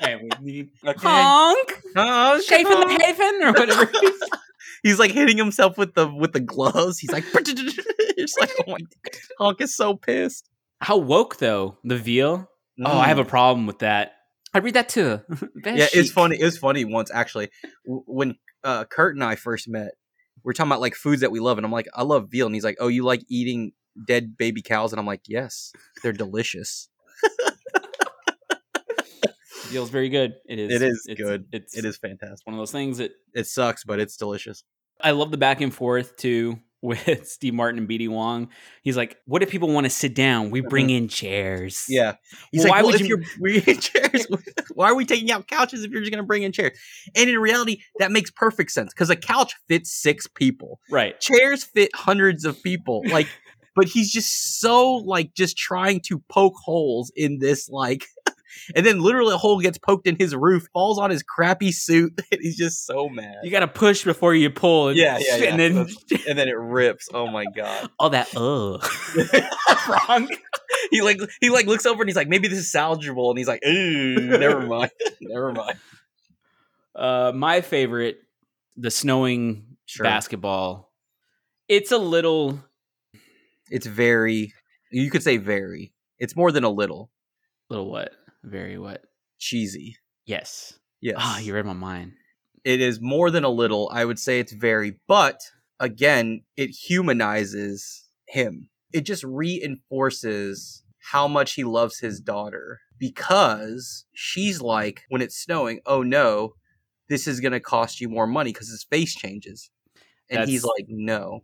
A: And we need honk,
B: Oh,
A: Schaefen the Haven or whatever.
B: He's like hitting himself with the with the gloves. He's like, it's like, oh my, Honk is so pissed.
A: How woke though the veal? Oh, I have a problem with that. I read that too. Very
B: yeah, it's
A: chic.
B: funny. It's funny once actually w- when uh, Kurt and I first met. we We're talking about like foods that we love, and I'm like, I love veal, and he's like, Oh, you like eating dead baby cows? And I'm like, Yes, they're delicious.
A: Veal's very good. It is.
B: It is
A: It's-
B: good.
A: It's
B: It is fantastic.
A: one of those things that
B: It sucks, but it's delicious.
A: I love the back and forth too with Steve Martin and BD Wong. He's like, "What if people want to sit down? We bring in chairs."
B: Uh-huh. Yeah.
A: Why
B: "Well,
A: would
B: if
A: you-
B: you're bringing in chairs? Why are we taking out couches if you're just going to bring in chairs? And in reality, that makes perfect sense because a couch fits six people.
A: right.
B: Chairs fit hundreds of people. Like, but he's just so like just trying to poke holes in this like, and then literally a hole gets poked in his roof, falls on his crappy suit. and he's just so mad.
A: You got to push before you pull. And
B: Yeah, yeah, yeah.
A: And then
B: And then it rips. Oh my god.
A: all that. Ugh.
B: Wrong. he like he like looks over and he's like, maybe this is salvageable, and he's like, ooh, never mind, never mind.
A: Uh, my favorite, the snowing
B: Sure,
A: basketball. It's a little
B: it's very. You could say very. It's more than a little
A: little what? Very what?
B: cheesy.
A: Yes.
B: Yes,
A: Ah, you read my mind.
B: it is more than a little. I would say it's very, but again, it humanizes him. It just reinforces how much he loves his daughter because she's like, when it's snowing, oh no, this is going to cost you more money because his face changes. And
A: That's-
B: he's like, no,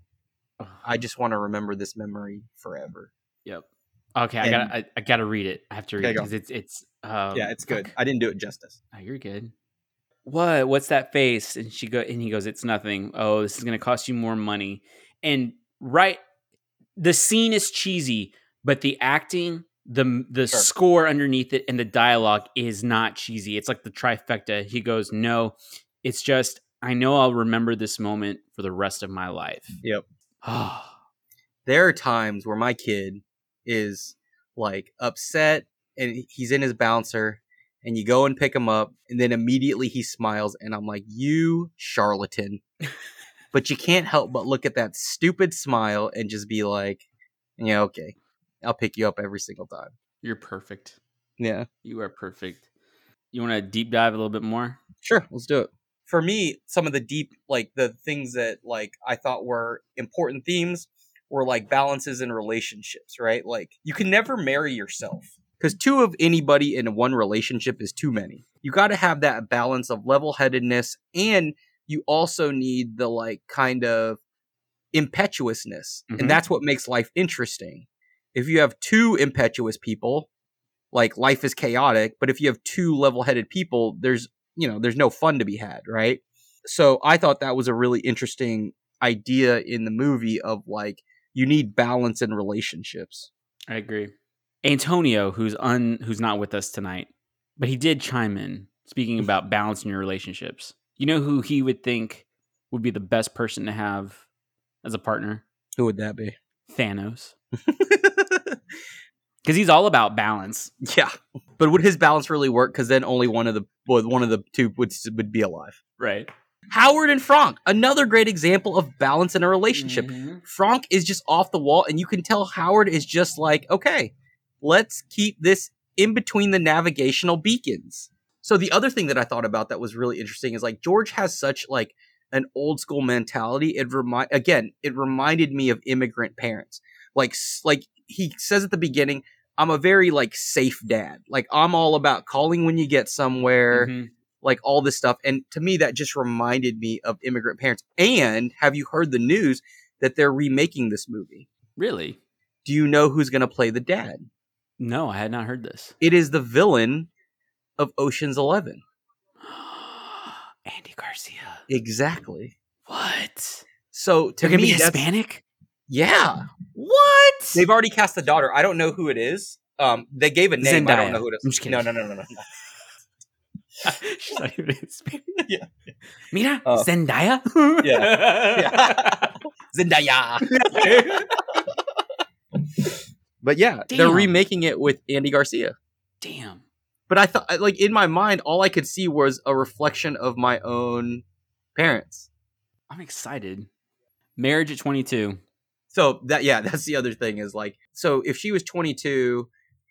A: Ugh.
B: I just want to remember this memory forever.
A: Yep. Okay, I
B: And-
A: gotta I, I gotta read it. I have to read
B: Okay,
A: it
B: go.
A: because it's it's um, fuck.
B: I didn't do it justice.
A: Oh, you're good. What? What's that face? And she go and he goes, It's nothing. Oh, this is gonna cost you more money. And right the scene is cheesy, but the acting, the the
B: Sure.
A: score underneath it and the dialogue is not cheesy. It's like the trifecta. He goes, No, it's just I know I'll remember this moment for the rest of my life.
B: Yep.
A: Oh,
B: there are times where my kid is like upset and he's in his bouncer and you go and pick him up and then immediately he smiles and I'm like, "You charlatan." but you can't help but look at that stupid smile and just be like, "Yeah, okay. I'll pick you up every single time."
A: you're perfect.
B: Yeah.
A: You are perfect. You wanna deep dive a little bit more?
B: Sure, let's do it. For me, some of the deep like the things that like I thought were important themes were like balances in relationships, right? Like you can never marry yourself. Cuz two of anybody in one relationship is too many. You got to have that balance of level-headedness and you also need the like kind of impetuousness.
A: Mhm.
B: And that's what makes life interesting. If you have two impetuous people, like life is chaotic, but if you have two level-headed people, there's you know there's no fun to be had right so i thought that was a really interesting idea in the movie of like you need balance in relationships
A: I agree. Antonio, who's un who's not with us tonight, but he did chime in speaking about balancing your relationships. You know who he would think would be the best person to have as a partner?
B: who would that be
A: Thanos. Because he's all about balance.
B: yeah but would his balance really work because then only one of the well, one of the two would, would be alive
A: Right.
B: howard and frank another great example of balance in a relationship Frank is just off the wall, and you can tell Howard is just like, okay, let's keep this in between the navigational beacons. So the other thing that I thought about that was really interesting is like George has such like an old school mentality. It remind again, it reminded me of immigrant parents. Like s- like he says at the beginning, I'm a very like safe dad. Like I'm all about calling when you get somewhere
A: Mhm.
B: like all this stuff. And to me, that just reminded me of immigrant parents. And have you heard the news that they're remaking this movie?
A: Really?
B: Do you know who's going to play the dad?
A: No, I had not heard this.
B: It is the villain of Ocean's Eleven.
A: Andy Garcia.
B: Exactly.
A: What?
B: So to
A: They're gonna
B: me,
A: be
B: that's-
A: Hispanic?
B: yeah,
A: What?
B: they've already cast the daughter. I don't know who it is. Um, they gave a name. I
A: Zendaya.
B: don't know who it is.
A: I'm just kidding.
B: No, no, no, no, no. no.
A: She's not even Hispanic.
B: Yeah.
A: Mira,
B: Oh.
A: Zendaya?
B: Yeah. Zendaya. But yeah, they're
A: Damn.
B: remaking it with Andy Garcia.
A: Damn.
B: but I thought, like, in my mind, all I could see was a reflection of my own parents.
A: I'm excited. Marriage at 22.
B: So that, yeah, that's the other thing is like, so if she was 22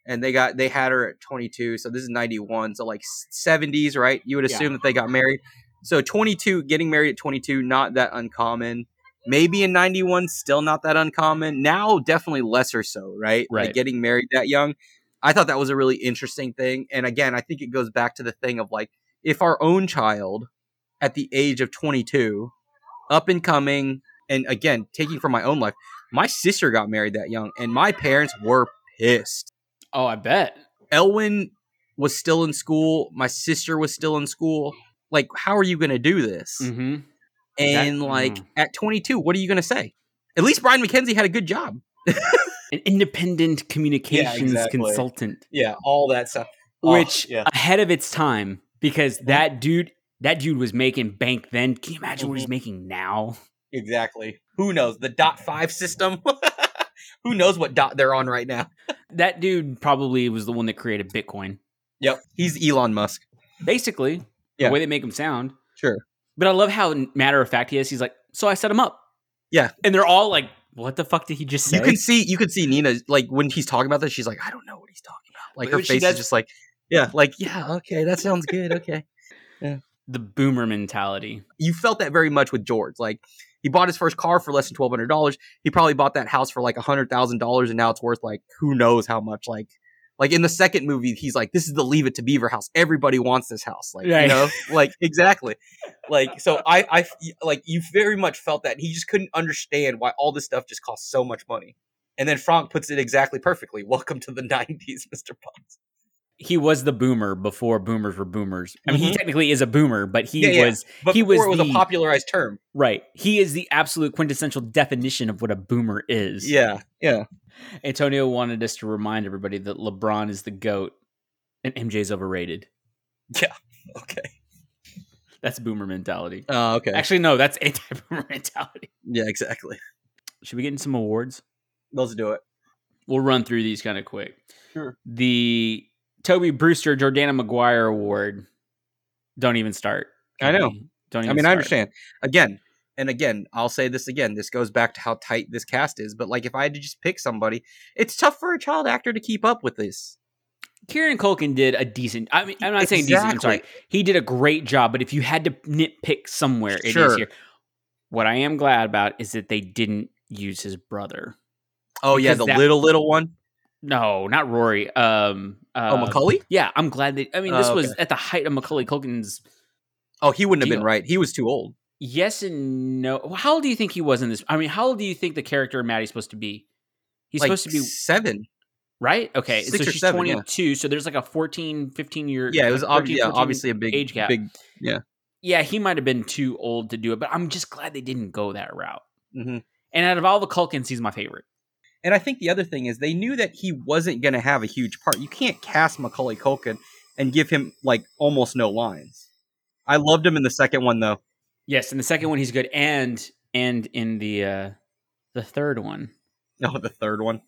B: and they got, they had her at 22, so this is 91, so like s- 70s, right? You would
A: Yeah.
B: assume that they got married. So 22, getting married at 22, not that uncommon. Maybe in 91, still not that uncommon. Now, definitely lesser so, right?
A: Right.
B: Like getting married that young. I thought that was a really interesting thing. And again, I think it goes back to the thing of like, if our own child at the age of 22, up and coming, and again, taking from my own life, my sister got married that young, and my parents were pissed.
A: Oh, I bet.
B: Elwin was still in school. My sister was still in school. Like, how are you going to do this?
A: Mm-hmm.
B: And
A: That-
B: like
A: mm.
B: at 22, what are you going to say? At least Brian McKenzie had a good job.
A: An independent communications
B: exactly. Oh,
A: consultant,
B: Yeah, all that stuff.
A: which ahead of its time, because that dude, that dude was making bank then. Can you
B: Mm-hmm.
A: imagine what he's
B: Mhm.
A: making now?
B: Exactly. Who knows? The dot five system. Who who knows what dot they're on right now?
A: That dude probably was the one that created Bitcoin.
B: Yep, he's Elon Musk.
A: Basically,
B: Yeah.
A: the way they make him sound.
B: Sure.
A: But I love how matter of fact he is. He's like, so I set him up.
B: Yeah.
A: And they're all like, what the fuck did he just say?
B: You can see you can see Nina like when he's talking about this, she's like, I don't know what he's talking about. Like
A: But
B: her
A: when she
B: face
A: does-
B: is just like, yeah, like yeah, okay, that sounds good. Okay,
A: the boomer mentality.
B: you felt that very much with George. Like he bought his first car for less than twelve hundred dollars. He probably bought that house for like a hundred thousand dollars, and now it's worth like who knows how much. Like like in the second movie, he's like, this is the Leave It to Beaver house. Everybody wants this house. Like you
A: Right.
B: know, like exactly. Like so, I I like you very much felt that he just couldn't understand why all this stuff just costs so much money. And then Frank puts it exactly perfectly. Welcome to the '90s, Mr. Potts.
A: He was the boomer before boomers were boomers. I mean, he technically is a boomer, but he
B: Mm-hmm. Yeah, yeah.
A: was
B: But
A: He was
B: before it was
A: the-
B: a popularized term.
A: right. He is the absolute quintessential definition of what a boomer is.
B: Yeah, yeah.
A: Antonio wanted us to remind everybody that LeBron is the goat and MJ's overrated.
B: Okay.
A: That's boomer mentality.
B: Oh, okay.
A: Actually, no, that's anti-boomer mentality.
B: yeah, exactly.
A: Should we get in some awards?
B: Let's do it.
A: We'll run through these kind of quick.
B: Sure.
A: The Toby Brewster Jordana McGuire Award. Don't even start.
B: I know.
A: Don't even
B: I mean, I
A: start.
B: understand. Again and again, I'll say this again. This goes back to how tight this cast is. But like, if I had to just pick somebody, it's tough for a child actor to keep up with this.
A: Kieran Culkin did a decent. I mean, I'm not saying decent. I'm sorry. He did a great job, but if you had to nitpick somewhere, it is
B: Sure.
A: here. What I am glad about is that they didn't use his brother.
B: Oh yeah,
A: Because
B: the
A: that-
B: little little one.
A: No, not Rory. Um, uh,
B: oh Macaulay.
A: Yeah, I'm glad that. I mean, this
B: Oh,
A: was at the height of Macaulay Culkin's.
B: Oh, he wouldn't have been
A: Deal.
B: right. He was too old.
A: Yes and no. Well, How old do you think he was in this? I mean, how old do you think the character of Maddie's supposed to be? He's
B: Like,
A: supposed to be
B: seven.
A: right. Okay,
B: six
A: so
B: or
A: she's
B: seven, yeah.
A: 22. So there's like a 14, 15 year. uh,
B: Yeah, it was ob-
A: 13,
B: yeah,
A: 14
B: obviously a big
A: age gap.
B: Big.
A: yeah, he might have been too old to do it, but I'm just glad they didn't go that route.
B: mhm.
A: And out of all the Culkins, he's my favorite.
B: And I think the other thing is they knew that he wasn't going to have a huge part. You can't cast Macaulay Culkin and give him like almost no lines. I loved him in the second one though.
A: Yes, and the second one he's good, and and in the uh the third one,
B: No, Oh, the third one.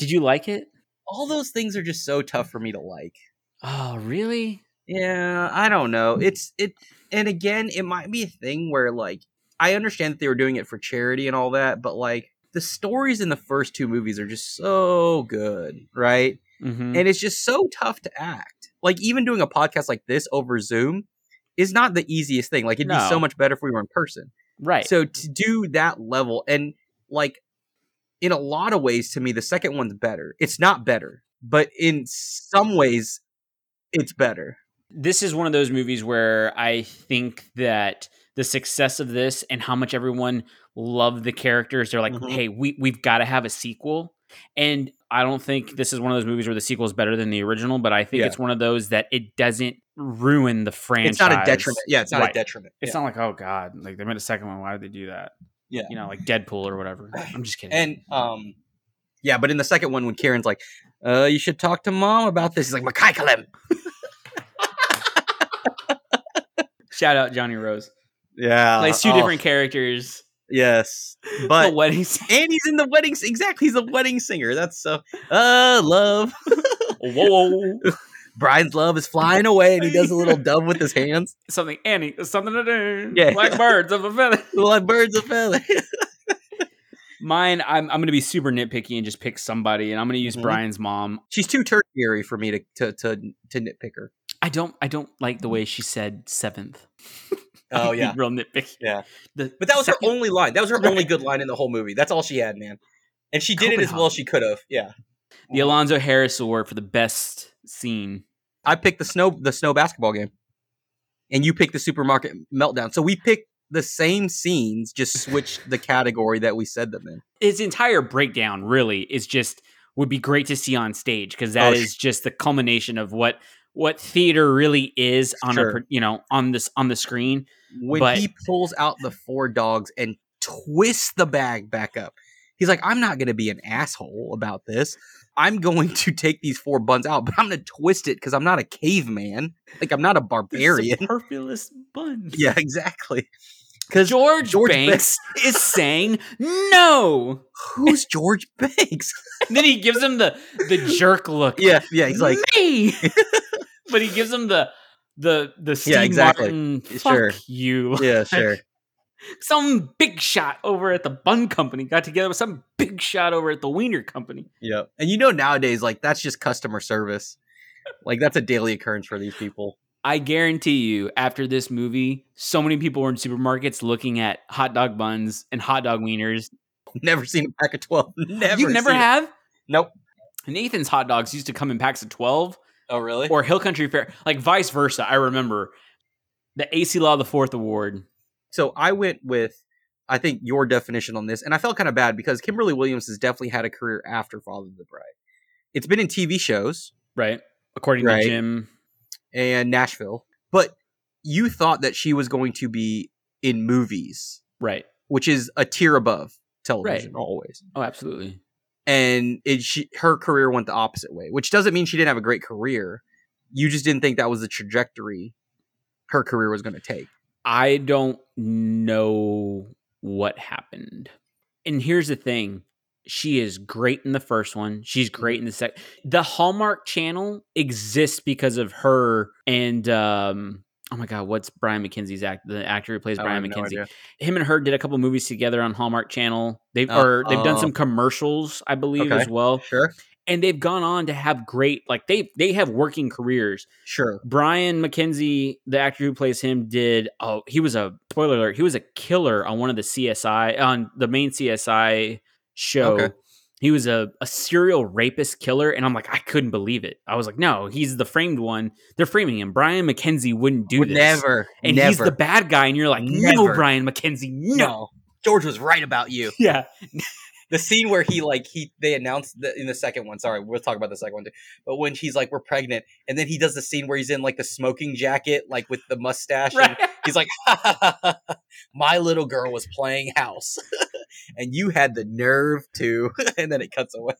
A: did you like it?
B: all those things are just so tough for me to like.
A: Oh, really?
B: Yeah, I don't know. It's it and again, it might be a thing where like I understand that they were doing it for charity and all that, but like the stories in the first two movies are just so good, right?
A: Mm-hmm.
B: And it's just so tough to act. Like even doing a podcast like this over Zoom is not the easiest thing. Like it'd be
A: No.
B: so much better if we were in person.
A: right.
B: So to do that level and like in a lot of ways to me the second one's better. It's not better, but in some ways it's better.
A: this is one of those movies where I think that the success of this and how much everyone loved the characters, they're like,
B: Mhm.
A: hey, we we've got to have a sequel. And I don't think this is one of those movies where the sequel is better than the original, but I think
B: Yeah.
A: it's one of those that it doesn't ruin the franchise.
B: It's not a detriment. Yeah, it's not
A: Right.
B: a detriment.
A: It's
B: Yeah.
A: not like, oh God, like they made a second one. Why did they do that?
B: Yeah.
A: You know, like Deadpool or whatever. I'm just kidding.
B: and um yeah, but in the second one when Karen's like, uh, you should talk to mom about this. He's like, Makai Kalem.
A: Shout out Johnny Rose.
B: Yeah.
A: Plays two
B: oh,
A: different characters.
B: Yes.
A: Oh, But,
B: But
A: the wedding scene.
B: and he's in the wedding exactly, he's a wedding singer. That's so uh love.
A: Whoa.
B: Brian's love is flying away and he does a little dove with his hands.
A: something Annie, something to do.
B: Yeah.
A: Like birds of a feather.
B: like birds of feather.
A: Mine, I'm I'm gonna be super nitpicky and just pick somebody, and I'm gonna use
B: Mhm.
A: Brian's mom.
B: She's too tertiary for me to to to, to nitpick her.
A: I don't I don't like the way she said seventh.
B: Oh,
A: I'd be
B: yeah.
A: real nitpicky.
B: Yeah.
A: The
B: But that was
A: second-
B: her only line. That was her only good line in the whole movie. That's all she had, man. And she did it as well as she could have. Yeah.
A: the Alonzo Harris Award for the best scene.
B: I picked the snow the snow basketball game, and you picked the supermarket meltdown. So we picked the same scenes, just switched the category that we said them in.
A: His entire breakdown really is just would be great to see on stage because that
B: Oh,
A: is
B: sh-
A: just the culmination of what what theater really is on a
B: Sure.
A: pro- you know on this on the screen.
B: When
A: But-
B: he pulls out the four dogs and twists the bag back up, he's like, "I'm not going to be an asshole about this. I'm going to take these four buns out, but I'm going to twist it because I'm not a caveman. Like I'm not a barbarian."
A: Superfluous buns.
B: Yeah, exactly. Because
A: George,
B: George
A: Banks is saying no.
B: who's George Banks?
A: then he gives him the the jerk look.
B: yeah, yeah. He's like,
A: me. but he gives him the the the Steve
B: exactly.
A: Martin. Fuck
B: Sure.
A: you.
B: yeah, sure.
A: Some big shot over at the Bun Company got together with some big shot over at the Wiener Company.
B: Yeah. And you know nowadays, like that's just customer service. Like that's a daily occurrence for these people.
A: I guarantee you, after this movie, so many people were in supermarkets looking at hot dog buns and hot dog wieners.
B: Never seen a pack of twelve. Never.
A: you never
B: seen it.
A: have?
B: Nope.
A: Nathan's hot dogs used to come in packs of 12
B: Oh really?
A: or Hill Country Fair, like vice versa. I remember the AC Law the Fourth Award.
B: so I went with I think your definition on this, and I felt kind of bad because Kimberly Williams has definitely had a career after Father of the Bride. It's been in TV shows
A: Right. According
B: Right.
A: to Jim.
B: and Nashville, but you thought that she was going to be in movies,
A: Right.
B: which is a tier above television always.
A: Oh, absolutely.
B: and it she, her career went the opposite way, which doesn't mean she didn't have a great career. You just didn't think that was the trajectory her career was going to take.
A: I don't know what happened. And here's the thing. She is great in the first one. She's great in the second. The Hallmark Channel exists because of her and um oh my god, what's Brian McKenzie's act the actor who plays
B: I
A: Brian
B: have no
A: McKenzie.
B: idea.
A: him and her did a couple movies together on Hallmark Channel. They've
B: Oh.
A: or they've done
B: Oh.
A: some commercials, I believe,
B: Okay.
A: as well.
B: Sure,
A: And they've gone on to have great like they they have working careers.
B: sure.
A: Brian McKenzie, the actor who plays him, did oh he was a spoiler alert he was a killer on one of the CSI on the main CSI show.
B: Okay.
A: He was a, a serial rapist killer, and I'm like I couldn't believe it. I was like, no, he's the framed one. They're framing him. Brian McKenzie wouldn't do
B: Would
A: this.
B: never,
A: And
B: never.
A: he's the bad guy, and you're like, no,
B: Never.
A: Brian McKenzie, no.
B: George was right about you.
A: Yeah.
B: The scene where he like he they announced the, in the second one. Sorry, we'll talk about the second one too. But when she's like, "We're pregnant," and then he does the scene where he's in like the smoking jacket, like with the mustache, and
A: Right.
B: He's like, my little girl was playing house, and you had the nerve to. and then it cuts away.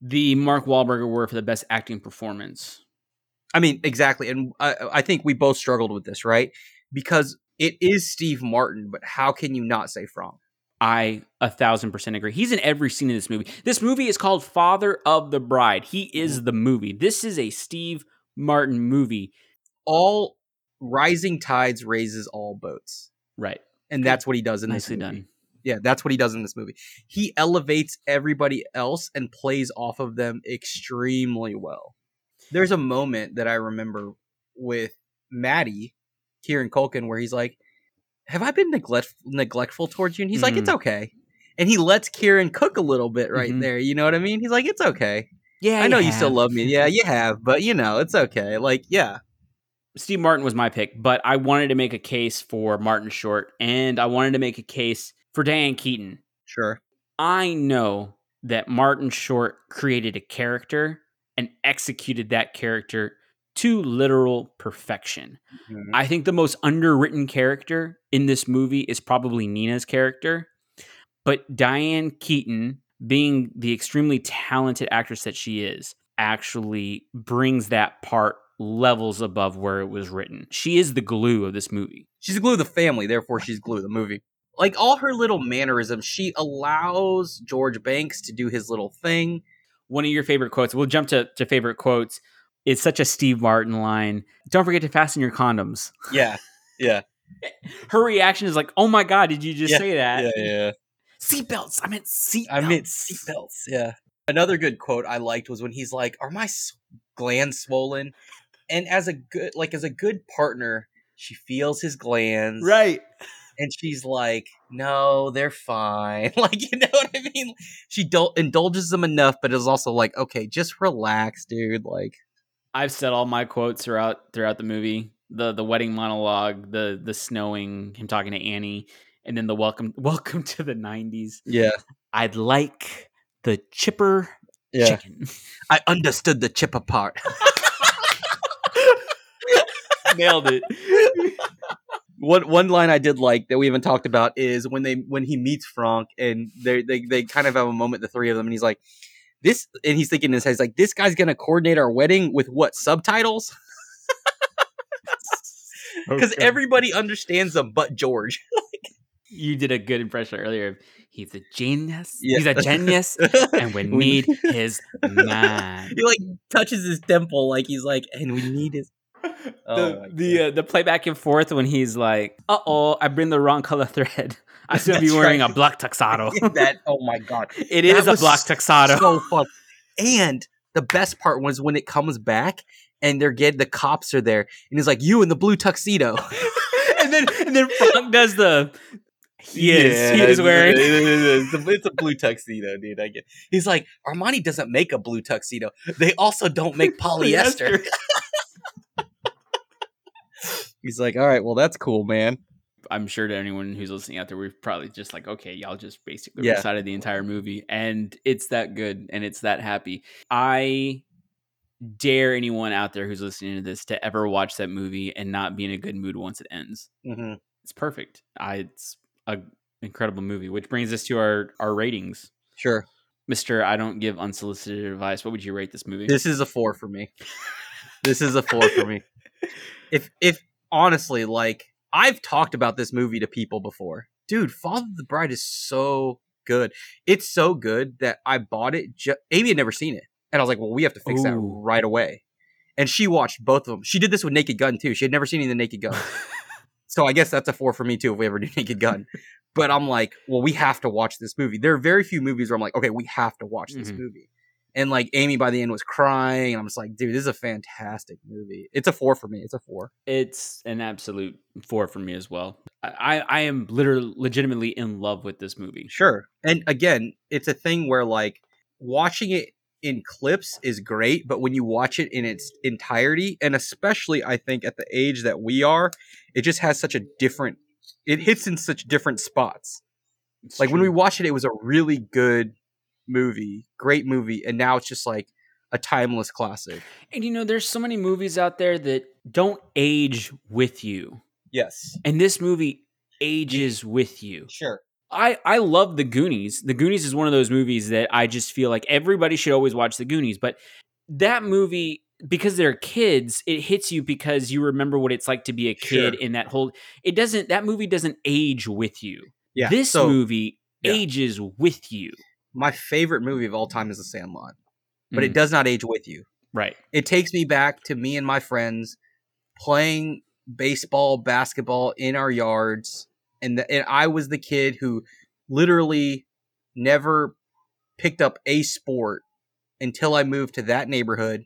A: The Mark Wahlberg Award for the best acting performance.
B: I mean, exactly. And I, I think we both struggled with this, right? Because it is Steve Martin, but how can you not say from?
A: I a thousand percent agree. He's in every scene in this movie. This movie is called Father of the Bride. He
B: Mm-hmm.
A: is the movie. This is a Steve Martin movie.
B: All rising tides raises all boats,
A: Right.
B: and that's what he does in this.
A: Nicely
B: movie.
A: done.
B: Yeah, that's what he does in this movie. He elevates everybody else and plays off of them extremely well. There's a moment that I remember with Maddie, Kieran Culkin, where he's like, "Have I been neglect- neglectful towards you?" And he's like,
A: Mhm.
B: "It's okay." And he lets Kieran cook a little bit right
A: Mhm.
B: there. You know what I mean? He's like, "It's okay.
A: Yeah.
B: I know you still
A: have.
B: love me. Yeah, you have, but you know, it's okay." Like, yeah,
A: Steve Martin was my pick, but I wanted to make a case for Martin Short and I wanted to make a case for Diane Keaton.
B: sure.
A: I know that Martin Short created a character and executed that character to literal perfection.
B: Mm-hmm.
A: I think the most underwritten character in this movie is probably Nina's character, but Diane Keaton, being the extremely talented actress that she is, actually brings that part levels above where it was written. She is the glue of this movie.
B: She's the glue of the family, therefore she's the glue of the movie. Like all her little mannerisms, she allows George Banks to do his little thing.
A: one of your favorite quotes. We'll jump to, to favorite quotes. It's such a Steve Martin line. Don't forget to fasten your condoms.
B: Yeah,
A: Her reaction is like, oh my God, did you just
B: Yeah,
A: say that?
B: yeah.
A: Seatbelts. I meant seatbelts.
B: I meant seatbelts. Yeah. Another good quote I liked was when he's like, "Are my s- glands swollen?" And as a good, like as a good partner, she feels his glands,
A: Right.
B: and she's like, "No, they're fine." Like you know what I mean? She dul- indulges them enough, but is also like, "Okay, just relax, dude." Like,
A: I've said all my quotes throughout throughout the movie. The the wedding monologue, the the snowing, him talking to Annie, and then the welcome welcome to the nineties.
B: yeah,
A: I'd like the chipper chicken.
B: I understood the chip apart.
A: Nailed it.
B: one one line I did like that we haven't talked about is when they when he meets Frank and they they they kind of have a moment the three of them and he's like this and he's thinking in his head he's like this guy's gonna coordinate our wedding with what subtitles Oh, because everybody understands them but George
A: You did a good impression earlier. of He's a genius.
B: Yeah.
A: He's a genius, and we
B: We-
A: need his mind.
B: He like touches his temple, like he's like, and we need his. Oh
A: the
B: my
A: the, uh, the play back and forth when he's like, "Uh oh, I bring the wrong color thread. I should be
B: That's
A: wearing
B: right.
A: a black tuxedo.
B: that oh my god,
A: it is a
B: was
A: black tuxedo."
B: so fun. And the best part was when it comes back and they're getting the cops are there, and he's like, "You in the blue tuxedo."
A: and then and then Frank does the he is he
B: Yeah,
A: is wearing.
B: it is. It's a, it's a blue tuxedo, dude. I get. He's like Armani doesn't make a blue tuxedo. They also don't make polyester. he's like, all right, well that's cool, man.
A: I'm sure to anyone who's listening out there, we're probably just like, okay, y'all just basically
B: Yeah.
A: recited the entire movie, and it's that good and it's that happy. I dare anyone out there who's listening to this to ever watch that movie and not be in a good mood once it ends.
B: Mm-hmm.
A: It's perfect. I, it's a incredible movie, which brings us to our our ratings.
B: Sure,
A: Mister, I don't give unsolicited advice. What would you rate this movie?
B: this is a four for me. this is a four for me. If if honestly, like I've talked about this movie to people before, dude. Father of the Bride is so good. It's so good that I bought it. Ju- Amy had never seen it, and I was like, well, we have to fix that
A: Ooh.
B: right away. And she watched both of them. She did this with Naked Gun too. She had never seen any of the Naked Gun. So I guess that's a four for me too if we ever do Naked Gun. But I'm like, well, we have to watch this movie. There are very few movies where I'm like, okay, we have to watch this
A: Mhm.
B: movie. And like Amy by the end was crying, and I'm just like, dude, this is a fantastic movie. It's a four for me. It's a four.
A: It's an absolute four for me as well. I, I I am literally legitimately in love with this movie.
B: Sure. And again, it's a thing where like watching it in clips is great, but when you watch it in its entirety, and especially I think at the age that we are, it just has such a different it hits in such different spots.
A: It's
B: like when we
A: true.
B: watched it, it was a really good movie, great movie, and now it's just like a timeless classic.
A: and you know, there's so many movies out there that don't age with you,
B: Yes,
A: and this movie ages with you.
B: sure.
A: I I love the Goonies. The Goonies is one of those movies that I just feel like everybody should always watch the Goonies, but that movie because they're kids, it hits you because you remember what it's like to be a kid
B: Sure.
A: in that whole it doesn't that movie doesn't age with you.
B: Yeah.
A: this
B: so
A: movie
B: yeah.
A: ages with you.
B: my favorite movie of all time is The Sandlot, but
A: Mm.
B: it does not age with you.
A: Right.
B: It takes me back to me and my friends playing baseball, basketball in our yards, and the, and I was the kid who literally never picked up a sport until I moved to that neighborhood,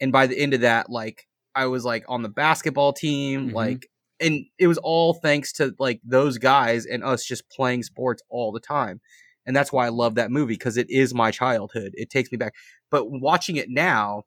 B: and by the end of that, like I was like on the basketball team,
A: Mhm.
B: like. And it was all thanks to like those guys and us just playing sports all the time. And that's why I love that movie because it is my childhood. It takes me back. But watching it now,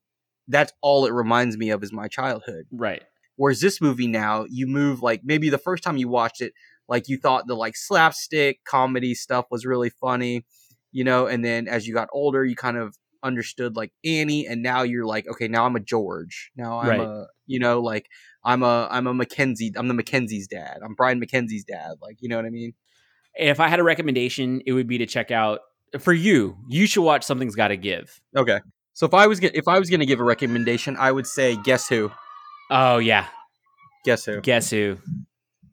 B: that's all it reminds me of is my childhood.
A: Right.
B: Whereas this movie now, you move like maybe the first time you watched it, like you thought the like slapstick comedy stuff was really funny, you know, and then as you got older, you kind of understood like Annie and now you're like, okay, now I'm a George. Now I'm
A: Right.
B: a you know, like I'm a I'm a Mackenzie I'm the Mackenzie's dad. I'm Brian Mackenzie's dad. Like, you know what I mean?
A: If I had a recommendation, it would be to check out for you. You should watch Something's Got to Give.
B: Okay. So if I was gonna if I was gonna give a recommendation, I would say guess who?
A: Oh yeah,
B: Guess who?
A: guess who?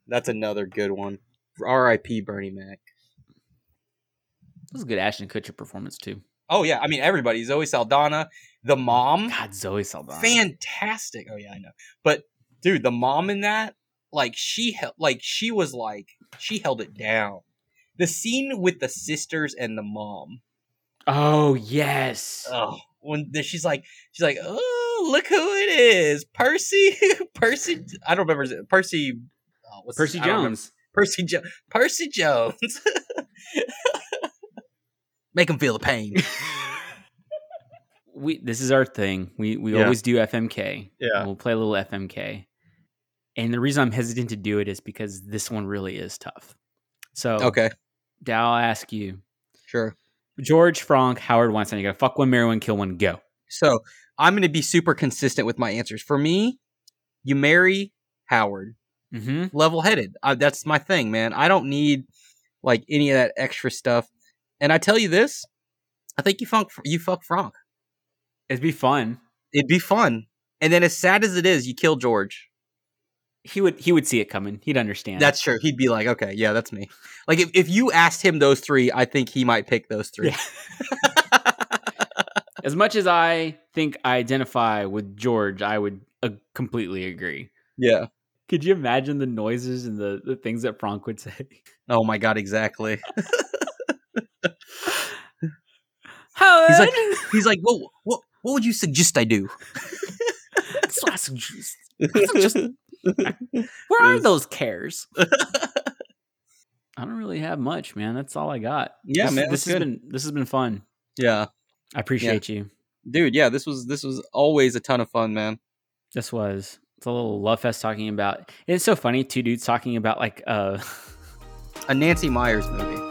B: That's another good one. R.I.P. Bernie Mac.
A: This is a good Ashton Kutcher performance too.
B: Oh yeah, I mean everybody. Zoe Saldana, the mom,
A: God, Zoe Saldana.
B: fantastic. Oh yeah, I know. But dude, the mom in that, like she held, like she was like she held it down. The scene with the sisters and the mom.
A: Oh yes.
B: Oh, when the, she's like, she's like, oh, look who it is, Percy, Percy. I don't remember. his- Percy. Oh, what's his-
A: Percy
B: I don't remember.
A: Jones.
B: Percy Jones. Percy Jones. Make him feel the pain.
A: We this is our thing. We we
B: Yeah.
A: always do FMK.
B: Yeah.
A: We'll play a little FMK. And the reason I'm hesitant to do it is because this one really is tough. So
B: Okay,
A: Dow, I'll ask you.
B: sure.
A: George Frank, Howard Weinstein, you gotta fuck one, marry one, kill one, go.
B: So I'm going to be super consistent with my answers. For me, you marry Howard,
A: Mm-hmm.
B: level headed. That's my thing, man. I don't need like any of that extra stuff. And I tell you this, I think you funk you fuck Frank.
A: It'd be fun.
B: It'd be fun. And then as sad as it is, you kill George.
A: he would he would see it coming. He'd understand.
B: That's true. He'd be like, okay, yeah, that's me. Like if, if you asked him those three, I think he might pick those three.
A: as much as I think I identify with George, I would uh, completely agree.
B: yeah.
A: Could you imagine the noises and the, the things that Frank would say?
B: Oh my god, exactly.
A: Howard,
B: He's like, he's like, well, what what would you suggest I do?
A: That's what I suggest. Just- where are
B: Yes.
A: those cares? I don't really have much, man. That's all I got.
B: Yeah,
A: this, This
B: man, that's
A: has
B: good.
A: been this has been fun.
B: yeah,
A: I appreciate you.
B: dude. Yeah, this was this was always a ton of fun, man.
A: This was it's a little love fest talking about. It's so funny, two dudes talking about like uh
B: A Nancy Myers movie.